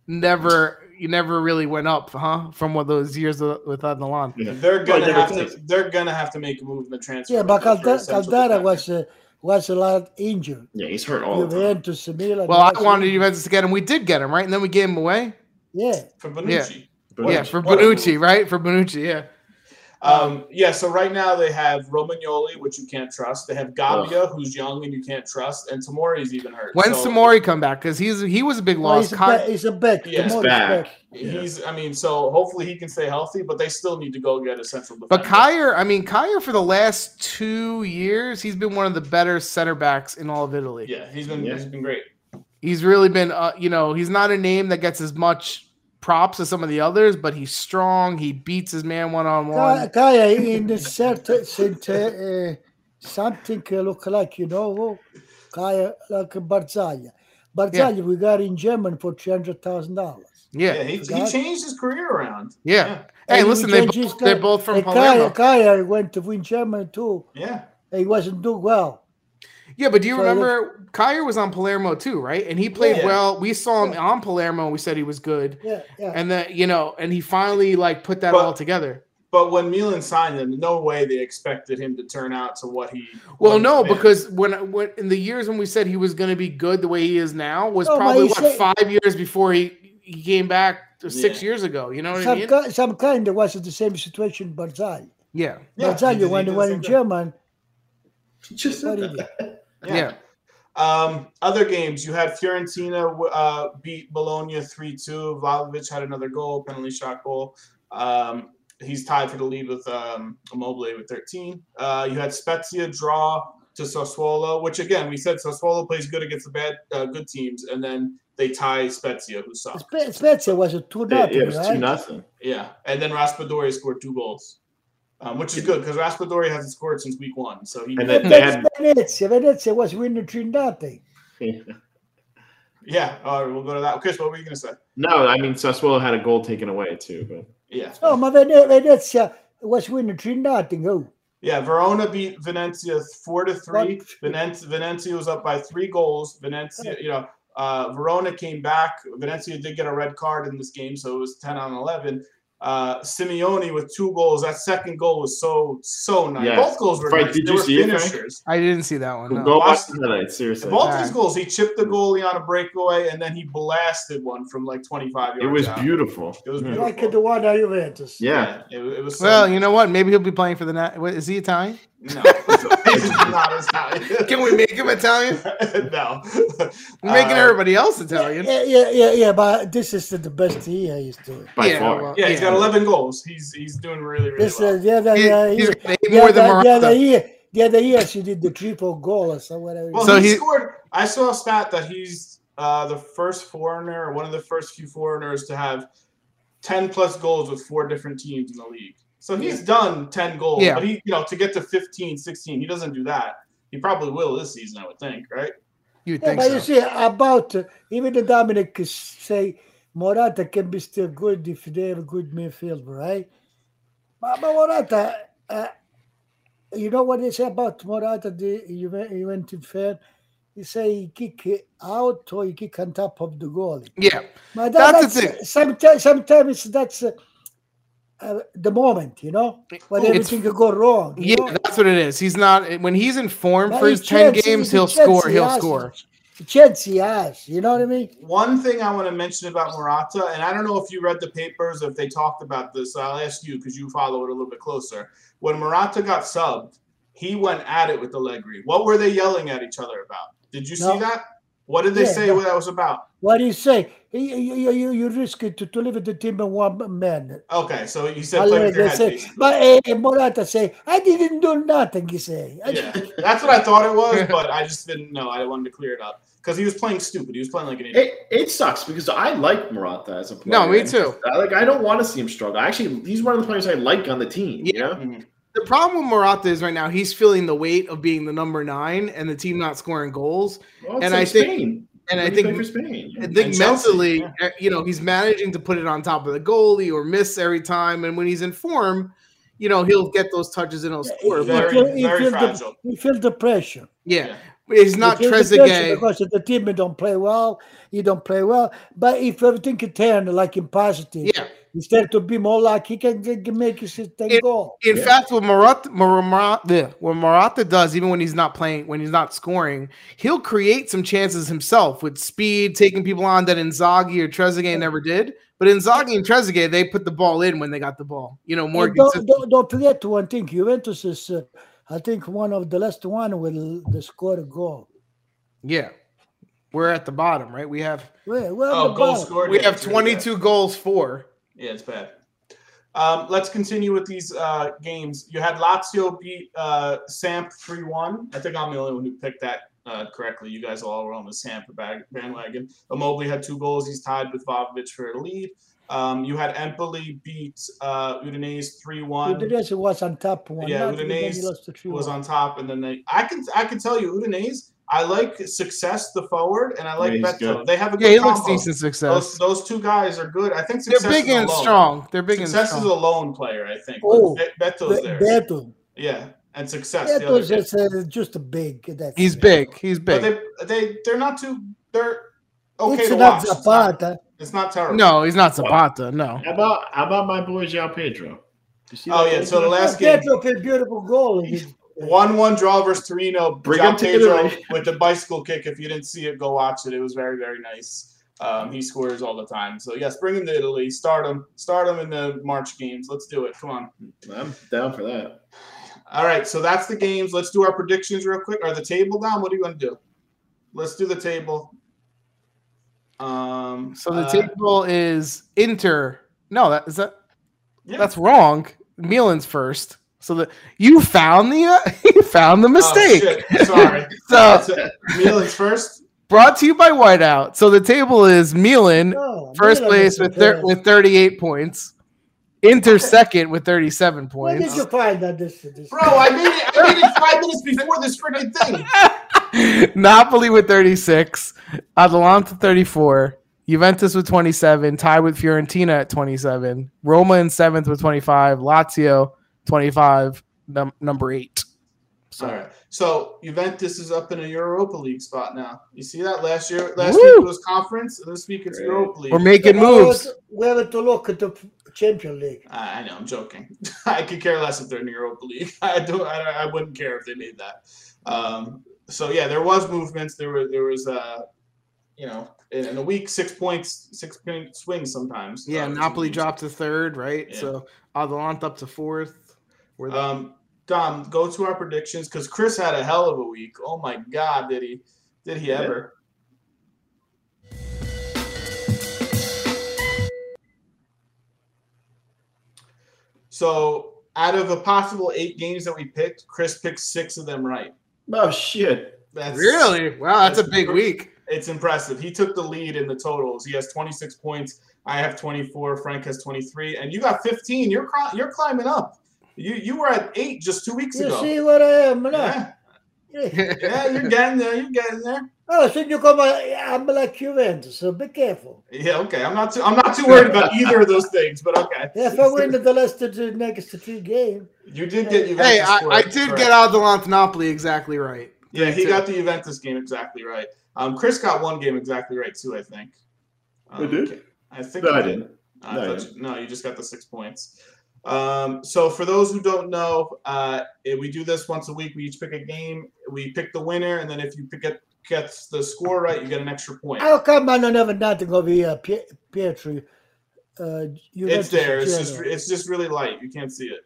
A: never you never really went up, huh? From one of those years of- with uh, Avalon.
B: They're gonna
C: Like,
B: have
C: they're
B: to. They're gonna have to make a move in the transfer.
D: Yeah, but
B: window for
D: Calda-
B: a central
D: Caldara
B: defender.
D: was uh, was a lot injured.
C: Yeah, he's hurt all the time.
D: Juventus, Milan.
A: Oh. Well, I
D: was-
A: wanted Juventus to get him. We did get him, right? And then we gave him away.
D: Yeah,
B: for Bonucci.
C: But-
A: yeah, for
B: what a-
A: Bonucci, right? For Bonucci, yeah.
B: Um, yeah, so right now they have Romagnoli, which you can't trust. They have Gabia, who's young and you can't trust, and Tamori's even hurt.
A: When
B: so
A: Samori come back? Because he's he was a big
D: well,
A: loss.
D: he's, a
A: Con-
D: back, he's a back.
B: Yeah.
D: Tomorrow's
C: Back.
B: He's, I mean, so hopefully he can stay healthy, but they still need to go get a central
A: But
B: defender.
A: Kyer, I mean, Kyer for the last two years, he's been one of the better center backs in all of Italy.
B: yeah, he's been
C: Yeah.
B: he's been great.
A: He's really been, uh, you know, he's not a name that gets as much props as some of the others, but he's strong. He beats his man one on
D: Ka-
A: one.
D: Kaya eh, in a certain sense, uh, uh, something uh, look like you know who? Kaya like Barzaglia. Barzaglia we got in German for three hundred thousand dollars.
B: Yeah,
A: Yeah,
B: he, he
D: God.
B: changed his career around.
A: yeah. Hey,
D: And
A: listen,
D: we
A: they
D: can
A: both,
D: just,
A: they're
D: uh,
A: both from
D: Kaya,
A: Palermo.
D: Kaya eh, went to win German too.
B: Yeah,
D: He wasn't do well.
A: Yeah, but do you
D: So look-
A: remember Kyer was on Palermo too, right? And he played
B: Yeah.
A: well. We saw him
D: Yeah.
A: on Palermo. We said he was good,
D: Yeah, yeah.
A: and then you know, and he finally like put that
B: But-
A: all together.
B: but when Milan signed him, no way they expected him to turn out to what he.
A: Well,
B: what
A: no,
B: he did.
A: because when when in the years when we said he was going to be good the way he is now was
D: No, but
A: probably
D: he
A: what
D: said-
A: five years before he, he came back or six
B: Yeah.
A: years ago. You know what I
D: some,
A: mean?
D: ki- some kind of was the same situation Barzaglia.
A: Yeah,
B: Yeah, he did-
D: Barzaglia
B: he
D: when
B: did
D: he
B: the
D: went
B: same
D: in
B: thing.
D: German.
C: He just
D: What
C: said
D: did
C: that.
A: yeah.
B: Um, other games, you had Fiorentina uh, beat Bologna 3 2. Vlahovic had another goal, penalty shot goal. Um, he's tied for the lead with um, Immobile with 13. Uh, you had Spezia draw to Sassuolo, which again, we said Sassuolo plays good against the bad, uh, good teams, and then they tie Spezia, who sucks.
D: Spe- Spezia was a two
C: Yeah,
D: nothing,
C: it was two
D: right?
C: nothing.
B: Yeah. And then Raspadori scored two goals, um, which is good because Raspadori hasn't scored since week one. So he,
C: And
D: But
C: then they
D: that's
C: had
D: Venezia. Venezia was winning three nothing.
B: yeah, all right, we'll go to that. Chris, what were you going to say?
C: no, I mean Sassuolo had a goal taken away too, but
B: Yeah.
D: No, ma Oh, Vene- Venezia was winning three nothing. Oh,
B: Yeah, Verona beat Venezia four to three.
D: Right.
B: Venezia, Venezia was up by three goals. Venezia, you know, uh, Verona came back. Venezia did get a red card in this game, so it was ten on eleven. Uh, Simeone with two goals. That second goal was so so nice.
C: Yes.
B: Both goals were
C: Frank,
B: nice.
C: did
B: They
C: you
B: were
C: see it, Frank?
B: finishers.
A: I didn't see that one. No.
C: go watch
B: Boston-
C: the highlights. Seriously,
B: Both
A: Alright.
B: these goals, he chipped the goalie on a breakaway, and then he blasted one from like twenty five yards.
C: it was
B: out.
C: beautiful.
B: It was
C: Yeah.
B: beautiful.
D: like the one at Juventus.
C: Yeah,
B: Yeah, it, it was. So,
A: Well, you know what? Maybe he'll be playing for the. Na- what, is he Italian?
B: [LAUGHS] no, it's not as
C: [LAUGHS]
A: Can we make him Italian?
B: [LAUGHS] no.
A: [LAUGHS] We're making
B: Uh,
A: everybody else
D: Yeah,
A: Italian.
D: yeah, yeah, yeah, yeah, but this is the, the best year he's doing.
C: by
A: Yeah,
C: far.
A: well,
B: Yeah, he's got 11 goals. He's he's doing really really
D: This
B: well.
D: is the other
A: He-
D: year.
A: he's
D: he-
A: got eight
D: the
A: more than
D: other- the other
A: Morata.
D: year, the other year she did the triple goal or something. whatever.
B: well,
A: so
B: he,
A: he-
B: scored. I saw a stat that he's uh, the first foreigner, or one of the first few foreigners to have 10 plus goals with four different teams in the league. So he's done 10 goals,
A: Yeah.
B: but he you know to get to 15, 16, he doesn't do that. He probably will this season, I would think, right?
A: You would
D: Yeah,
A: think
D: but you
A: so?
D: see, about uh, even the Dominic is say Morata can be still good if they have a good midfield, right? But, but Morata, uh, you know what they say about Morata, the Juve- Juventus fan? They say he kick it out or he kick on top of the goalie.
A: Yeah,
D: But
A: That's the
D: Sometimes, sometimes that's uh, uh, the moment, you know, when
A: It's-
D: everything could go wrong. you
A: yeah,
D: know?
A: that's what it is. He's not when he's in form
D: But
A: for
D: he
A: his ten
D: chance-
A: games.
D: he
A: He'll
D: chance
A: score.
D: he
A: He'll
D: has-
A: score.
D: the Chance he has, you know what I mean?
B: One thing I want to mention about Morata, and I don't know if you read the papers, if they talked about this, I'll ask you because you follow it a little bit closer. When Morata got subbed, he went at it with Allegri. What were they yelling at each other about? Did you see
D: No.
B: that? What did they
D: Yeah,
B: say
D: no.
B: what that was about?
D: What do you say? You, you, you- you, you risk it to, to leave the team in one man.
B: Okay, so you said play with your
D: Allegri
B: head.
D: say,
B: basically.
D: but eh, eh, Morata say, I didn't do nothing, he say. I
B: yeah,
D: didn't-
B: that's what I thought it [LAUGHS] was, but I just didn't know. I wanted to clear it up because he was playing stupid. He was playing like an idiot.
C: It, it sucks because I like Morata as a
D: Oh,
C: player.
A: No, me too.
C: I like I don't want to see him struggle. Actually, he's one of the players I like on the team. You know?
B: Mhm.
A: The problem with Morata is right now he's feeling the weight of being the number nine and the team not scoring goals.
C: Well, it's
A: And
C: in
A: I think-
C: Spain.
A: And I
C: He
A: think
C: played for Spain.
A: I think
B: And Chelsea,
A: mentally,
B: yeah.
A: uh, you know, he's managing to put it on top of the goalie or miss every time. And when he's in form, you know, he'll get those touches and he'll
D: Yeah,
A: score.
D: he-
A: But
B: Very,
D: feel- he
B: very
D: feel the-
B: fragile.
D: He feel the pressure.
A: yeah, he's
D: He
A: not
D: feel the pressure
A: Trezeguet.
D: Because the team don't play well, he don't play well. But if everything can turn like in positive,
A: Yeah,
D: Instead to be more like he can g- g- make his ten
A: It-
D: goal.
A: In
C: Yeah.
A: fact, what Morata, Mor- Morata, what Morata does, even when he's not playing, when he's not scoring, he'll create some chances himself with speed, taking people on that Inzaghi or Trezeguet never did. But Inzaghi and Trezeguet, they put the ball in when they got the ball. You know, more
D: And don't,
A: consistent.
D: don't, don't forget one thing. Juventus is, uh, I think, one of the last one will the score a goal.
A: Yeah, we're at the bottom, right? We have
D: Well, well,
B: Oh,
D: the
B: goal
D: ball.
B: scored.
A: we
B: yeah,
A: have
B: true, yeah.
A: 22 goals for.
B: Yeah, it's bad. Um, let's continue with these uh, games. You had Lazio beat uh, Samp 3 1. I think I'm the only one who picked that uh, correctly. You guys all were on the Samp bag- bandwagon. Immobile had two goals. He's tied with Vovic for a lead. Um, you had Empoli beat uh, Udinese 3 1.
D: Udinese was on top one.
B: Yeah,
D: nothing, then he
B: Udinese
D: lost to three
B: was
D: one.
B: on top, and then they. I can I can tell you Udinese. I like success the forward, and I like
C: Yeah, he's
B: Beto.
C: good.
B: They have a good
A: Yeah, he looks
B: combo.
A: decent
B: Those,
A: success.
B: those two guys are good. I think
A: They're
B: success
A: big
B: is
A: and
B: alone.
A: strong. They're big and
B: success is
A: strong.
B: a lone player, I think.
D: Oh,
B: but Bet- Beto's
D: Be-
B: there.
D: Beto.
B: yeah, and success. the other
D: Beto's
B: guy.
D: just, uh, just a big. That's
A: He's
D: it.
A: big. He's
B: But
A: big.
B: they they they're not too they're okay
D: it's
B: to
D: not
B: watch. It's not,
D: Zapata.
B: it's not terrible.
A: No, he's not Zapata. No.
C: How about how about my boy Jao Pedro? You see
B: Oh
C: that
B: yeah.
C: goal?
B: So the last game,
D: Pedro played beautiful goal.
B: one one draw versus Torino.
C: Bring
B: Gian
C: him together.
B: Pedro with the bicycle kick. If you didn't see it, go watch it. It was very very nice. Um, he scores all the time. So yes, bring him to Italy. Start him. Start him in the March games. Let's do it. Come on.
C: I'm down for that.
B: All right, so that's the games. Let's do our predictions real quick. Are the table down? What do you want to do? Let's do the table. Um,
A: So the
B: uh,
A: table is Inter. No, that is that.
B: yeah.
A: That's wrong. Milan's first. So that you found the [LAUGHS] uh, you found the
B: Oh,
A: mistake.
B: shit, Sorry.
A: [LAUGHS] so
B: That's it. Milan's first.
A: brought to you by Whiteout. So the table is Milan
D: No,
A: first
D: Milan
A: place
D: is
A: with
D: okay.
A: thir- with 38 points. Inter second with 37
D: Where did
A: points.
D: you find that? This, this
B: Bro, I made it. I made it five minutes before this freaking thing.
A: [LAUGHS] Napoli with 36, Atalanta 34, Juventus with 27, tied with Fiorentina at 27, Roma in seventh with 25, Lazio 25, num- number eight.
B: All right. So Juventus is up in a Europa League spot now. You see that last year? Last
A: Woo!
B: week it was conference. and This week it's
C: Great.
B: Europa League.
A: We're making
D: Now we
A: moves.
D: have to- We have to look at the Champions League.
B: I I know, I'm joking. [LAUGHS] I could care less if they're in the Europa League. [LAUGHS] I do. I, I wouldn't care if they made that. Um, so yeah, there was movements. There were there was uh, you know, in, in a week, six points, six point swings sometimes.
A: Yeah,
B: uh,
A: Napoli
B: between
A: dropped to third, right?
B: Yeah.
A: So Atalanta up to fourth. Where
B: teams.
A: the
B: Um, Dom, go to our predictions because Chris had a hell of a week. Oh my God, did he? Did he
C: Yeah.
B: ever? So, out of a possible eight games that we picked, Chris picked six of them right.
C: Oh shit!
B: That's
A: really? Wow, that's a
B: that's
A: big
B: the-
A: week. [LAUGHS]
B: It's impressive. He took the lead in the totals. He has 26 points. I have 24. Frank has 23, and you got 15. You're cli- you're climbing up. You you were at eight just two weeks
D: You
B: ago.
D: see what I am now?
B: yeah. yeah, you're getting there. You're getting there.
D: Oh, so you come, uh, I'm like Juventus, so be careful.
B: Yeah, okay. I'm not too I'm not too worried about either of those things, but okay.
D: If I win the last the next three game,
B: You did get Juventus.
A: Hey, I, I
B: correct,
A: did
B: correct.
A: get Atalanta Napoli exactly right.
B: Yeah, he
A: too.
B: got the Juventus game exactly right. Um, Chris got one game exactly right too. I think. Um,
C: I did?
B: I think.
C: No, I didn't.
B: I
C: No,
B: thought
C: yeah.
B: you, no, you just got the six points. Um, so for those who don't know, uh, eh, we do this once a week. We each pick a game. We pick the winner, and then if you pick it, gets the score right, you get an extra point.
D: how come I don't have nothing over here, Pie- Pietri? Uh, Juventus
B: It's there. It's just
D: general?
B: it's just really light. You can't see it.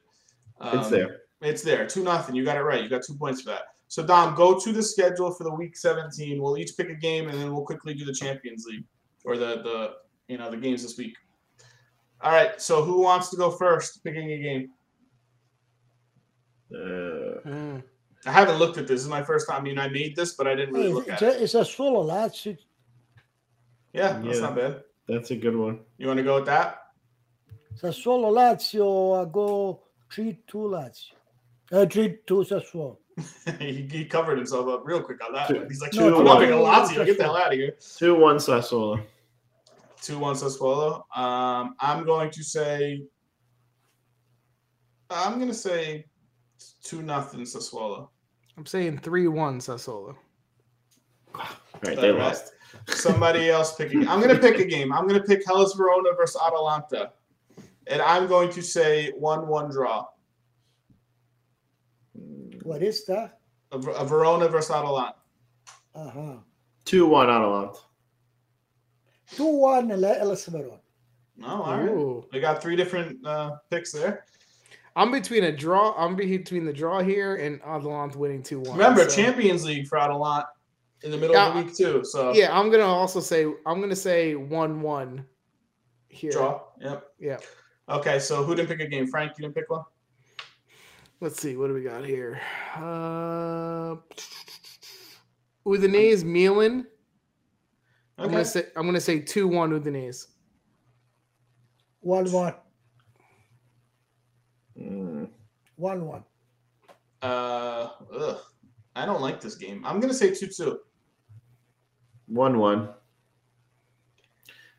B: Um,
C: It's there.
B: It's there. Two nothing. You got it right. You got two points for that. So Dom, go to the schedule for the week 17. We'll each pick a game, and then we'll quickly do the Champions League or the the you know the games this week. All right. So who wants to go first? Picking a game.
C: Uh,
A: Mm.
B: I haven't looked at this. This is my first time. I mean, I made this, but I didn't really
D: Hey,
B: look
D: it's,
B: at it.
D: a, it's a solo, lads. It-
B: Yeah, that's
C: Yeah.
B: not bad.
C: that's a good one.
B: You want to go with that? [LAUGHS]
D: Sassuolo Lazio, I go 3 2 Lazio. Uh, 3 2 Sassuolo.
B: he, he covered himself up real quick on that
C: Two-
B: one. He's like,
D: no,
B: I'm not
C: two-
B: picking a Lazio. Get the hell out of here.
C: Two one Sassuolo.
B: Two one Sassuolo. Um, I'm going to say. I'm gonna say two nothing Sassuolo.
A: I'm saying 3 1 Sassuolo.
C: All right, they
B: All right.
C: lost.
B: Somebody else picking. I'm gonna pick a game. I'm gonna pick Hellas Verona versus Atalanta. and I'm going to say one-one draw.
D: What is that?
B: A, a Verona versus Atalanta.
D: Uh huh.
C: Two one Atalanta.
D: Two one Ellis Verona.
B: No, all right.
A: Ooh.
B: We got three different uh, picks there.
A: I'm between a draw. I'm between the draw here and Adelant winning two one.
B: Remember, Champions League for Atalanta in the middle of
A: Yeah.
B: the week too. So
A: Yeah, I'm gonna also say I'm gonna say one one here.
B: draw. Yep.
A: Yeah.
B: Okay, so who didn't pick a game? Frank, you didn't pick one.
A: Let's see what do we got here. Uh, Udinese Milan. I'm
B: Okay.
A: gonna say I'm gonna say two one Udinese.
D: One one.
C: Mm.
D: One one.
B: Uh, ugh. I don't like this game. I'm gonna say two-two,
C: One one.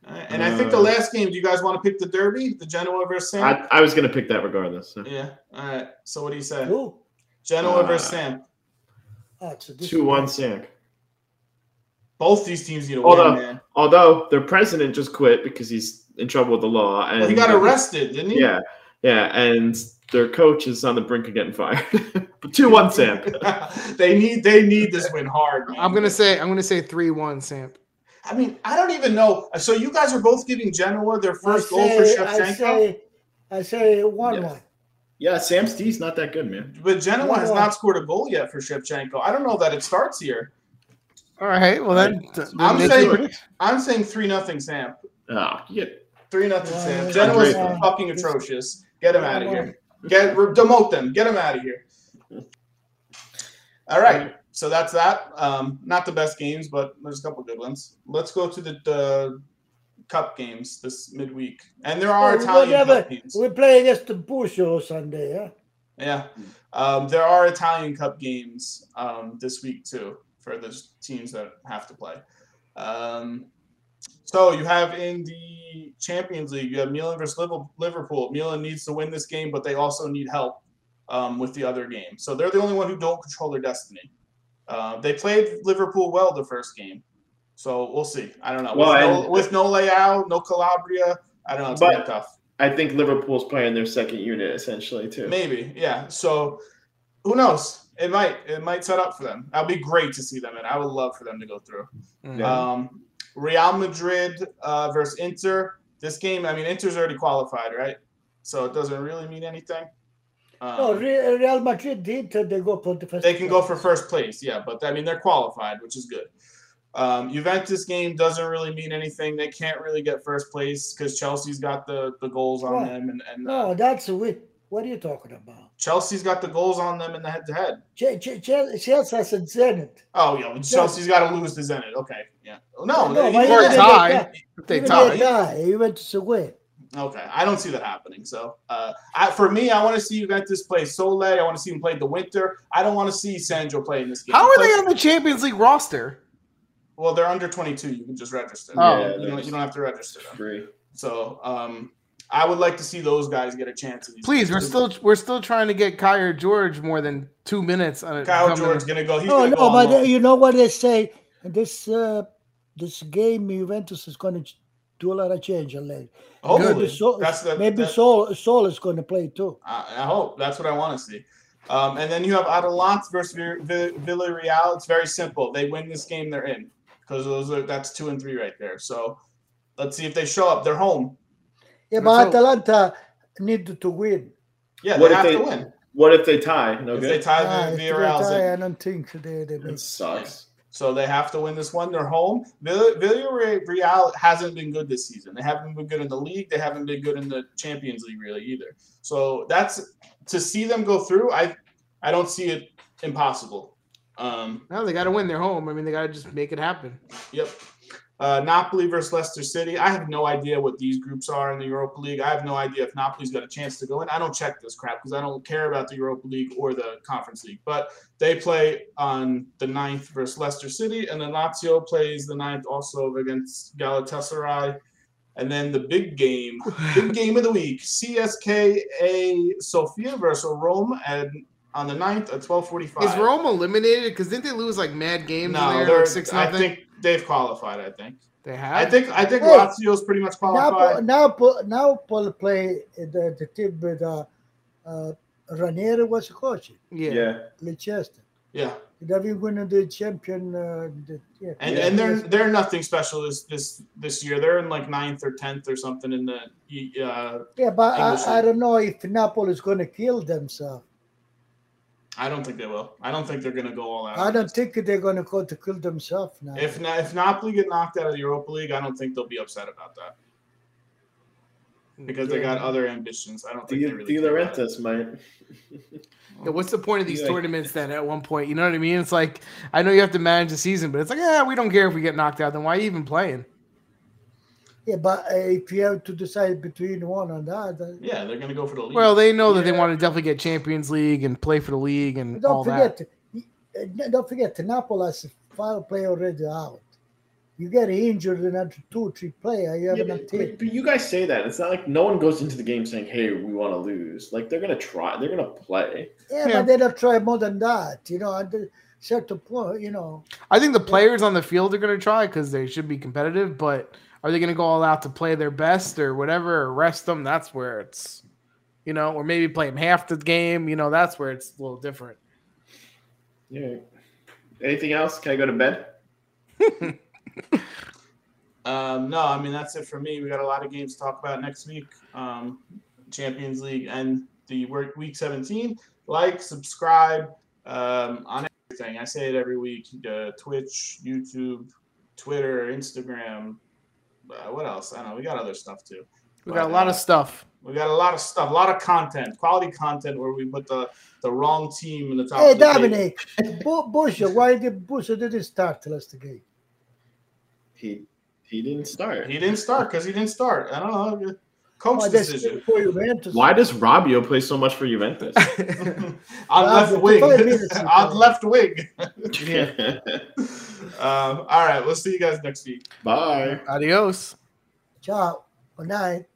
B: Alright, and I think the
C: Uh,
B: last game. Do you guys want to pick the derby, the Genoa versus Sam?
C: I, I was gonna pick that regardless. so.
B: yeah. All right. So what do you say?
D: Who?
B: Genoa
C: Uh,
B: versus Sam.
D: Ah, it's a
C: Two
D: different-
C: one Sank.
B: Both these teams need to
C: Hold
B: win,
C: on.
B: man.
C: Although their president just quit because he's in trouble with the law, and
B: Well, he got arrested, didn't he?
C: Yeah, yeah, and their coach is on the brink of getting fired. [LAUGHS] but two one Sank.
B: [LAUGHS] they need they need this win hard. man.
A: I'm gonna say I'm gonna say three one Samp.
B: I mean, I don't even know. So you guys are both giving Genoa their first goal for
D: I
B: Shevchenko,
D: say, I say one
C: Yes.
D: one.
C: Yeah, Sam's D's not that good, man.
B: but Genoa has
D: Yeah.
B: not scored a goal yet for Shevchenko. I don't know that it starts here.
A: All right. Well then, th- then
B: I'm
A: that's
B: saying-
A: your prediction.
B: I'm saying three nothing Sam.
C: Oh, yeah.
B: Three nothing
D: Yeah,
B: Sam.
D: yeah,
B: Genoa's
D: yeah.
B: fucking atrocious. Get him out of
D: Yeah.
B: here. Get re- demote them. Get him out of here. All right. So that's that. Um, not the best games, but there's a couple good ones. Let's go to the, the cup games this midweek, and there are
D: Well,
B: Italian
D: whatever.
B: cup games.
D: We play against the Busho Sunday, huh?
B: Yeah. Um, there are Italian Cup games um, this week, too, for the teams that have to play. Um, so you have in the Champions League, you have Milan versus Liv- Liverpool. Milan needs to win this game, but they also need help um, with the other game. So they're the only one who don't control their destiny. Uh, they played Liverpool well the first game. So we'll see. I don't know. With,
C: Well,
B: no,
C: and-
B: with no Leao, no Calabria, I don't know. It's gonna be
C: But-
B: tough.
C: I think Liverpool's playing their second unit essentially too.
B: Maybe, yeah. So who knows? It might it might set up for them. That'd be great to see them, and I would love for them to go through.
A: Mm.
C: Yeah.
B: Um, Real Madrid uh, versus Inter. This game, I mean, Inter's already qualified, right? So it doesn't really mean anything. Um,
D: No, Re- Real Madrid did. uh, They go for the first.
B: they can go for first place, yeah. But I mean, they're qualified, which is good. Um, Juventus game doesn't really mean anything. They can't really get first place because Chelsea's got the, the goals on
D: Right.
B: them, and, and uh,
D: No, that's with. What are you talking about?
B: Chelsea's got the goals on them in the head to head.
D: Ch- Ch- Ch- Chelsea has a Zenit.
B: Oh yeah, well, Chelsea's got to lose to Zenit. Okay, yeah. No,
D: No,
B: no
D: but
A: Or
D: even if they
A: tie.
D: die-
A: If they
D: even if
A: tie,
D: die, He went to away.
B: okay. I don't see that happening. So, uh, I, for me, I want to see Juventus play Sole. I want to see him play the Winter. I don't want to see Sandro play in this game.
A: how are
B: Play-
A: they on the Champions League roster?
B: Well, they're under twenty-two. You can just register. Them.
A: Oh.
B: you, don't, you don't have to register them.
C: free.
B: So, um, I would like to see those guys get a chance. In these
A: Please, we're
B: games.
A: still we're still trying to get Kyer George more than two minutes on it.
B: Kyle
A: coming-
B: George gonna go. He's
D: No,
B: gonna
D: no,
B: go. on
D: but uh,
B: loan.
D: you know what they say? This uh, this game, Juventus is going to do a lot of change. Maybe
B: Hopefully,
D: so-
B: that's the,
D: maybe
B: that-
D: Sol Sol is going to play too.
B: I, I hope that's what I want to see. Um, and then you have Atalanta versus Vill- Vill- Villarreal. It's very simple. They win this game, they're in because those are that's two and three right there. So let's see if they show up. They're home.
D: Yeah,
A: That's
D: but
A: all.
D: Atalanta need to win.
B: Yeah, they
C: What if
B: have
C: they-
B: to win.
C: What if they tie? No
B: If they
C: good.
B: tie,
D: Ah,
B: the
D: if they
B: Villarreal's
D: tie,
B: in.
D: I don't think they they
C: That
D: make.
C: sucks.
B: So they have to win this one. They're home. Vill- Villarreal hasn't been good this season. They haven't been good in the league. They haven't been good in the Champions League really either. So that's to see them go through. I I don't see it impossible. Um,
A: No, they got to win their home. I mean, they got to just make it
B: [LAUGHS]
A: happen.
B: Yep. Uh, Napoli versus Leicester City. I have no idea what these groups are in the Europa League. I have no idea if Napoli's got a chance to go in. I don't check this crap because I don't care about the Europa League or the Conference League. But they play on the 9th versus Leicester City, and then Lazio plays the 9th also against Galatasaray. And then the big game, big game of the week, CSKA Sofia versus Rome and on the 9th at 1245.
A: Is Rome eliminated? Because didn't they lose like mad games? in there,
B: they're-
A: like six
B: I
A: nothing.
B: think They've qualified, I think.
A: They have.
B: I think I think
D: Hey.
B: Lazio's pretty much
D: Now,
B: qualified.
D: now, Paul- now Paul play the, the team with uh, uh, Ranieri was coaching,
A: Yeah.
D: Leicester.
B: Yeah.
D: They've been winning the champion. Uh, the, yeah.
B: And,
C: Yeah.
B: and they're they're nothing special this, this this year. They're in like ninth or tenth or something in the uh,
D: yeah, but
B: English
D: I, I
B: league.
D: don't know if Napoli is going to kill themselves.
B: I don't think they will. I don't think they're going to go all out.
D: I don't think they're going to go to kill themselves now.
B: If Na- if Napoli get knocked out of the Europa League, I don't think they'll be upset about that because they got other ambitions. I don't
C: Di
B: think they really.
C: Di
B: care about it.
C: Laurentiis might.
A: Yeah, what's the point of these
C: Like-
A: tournaments then? At one point, you know what I mean? It's like I know you have to manage the season, but it's like, yeah, we don't care if we get knocked out. Then why are you even playing?
D: Yeah, but uh, if you have to decide between one and the other,
B: Yeah, they're going to go for the league.
A: Well, they know that they
C: Yeah.
A: want to definitely get Champions League and play for the league and all
D: don't
A: that.
D: forget, uh, don't forget, Napoli has five player already out. You get injured another two, three player, you have
C: Yeah,
D: another
C: but,
D: team.
C: but you guys say that. It's not like no one goes into the game saying, hey, we want to lose. Like, they're going to try. They're going to play.
D: Yeah,
A: Yeah.
D: but they don't try more than that, you know. At a certain point, you know,
A: I think the players on the field are going to try because they should be competitive, but are they going to go all out to play their best or whatever or rest them? That's where it's, you know, or maybe play them half the game. You know, that's where it's a little different.
C: Yeah. Anything else? Can I go to bed?
B: Um, no, I mean that's it for me. We got a lot of games to talk about next week. Um, Champions League and the work week 17. Like, subscribe um, on everything. I say it every week: uh, Twitch, YouTube, Twitter, Instagram. Uh, what else? I don't know. We got other stuff too.
A: We got a lot of stuff.
B: We got a lot of stuff, a lot of content, quality content where we put the the wrong team in the top.
D: hey
B: of the table.
D: Dominic, Bu- Busha, why did Busha didn't start last game?
C: He he didn't start.
B: He didn't start because he didn't start. I don't know. Coach
D: Oh, that's
B: decision.
D: for Juventus.
C: Why does Robbio play so much for Juventus?
B: on
D: the
B: left wing.
D: five
B: [LAUGHS]
D: minutes is
B: on
D: gone.
B: left wing.
A: Yeah.
B: Um, all right, we'll see you guys next week.
C: [LAUGHS] Bye.
A: Adios.
D: Ciao. Good night.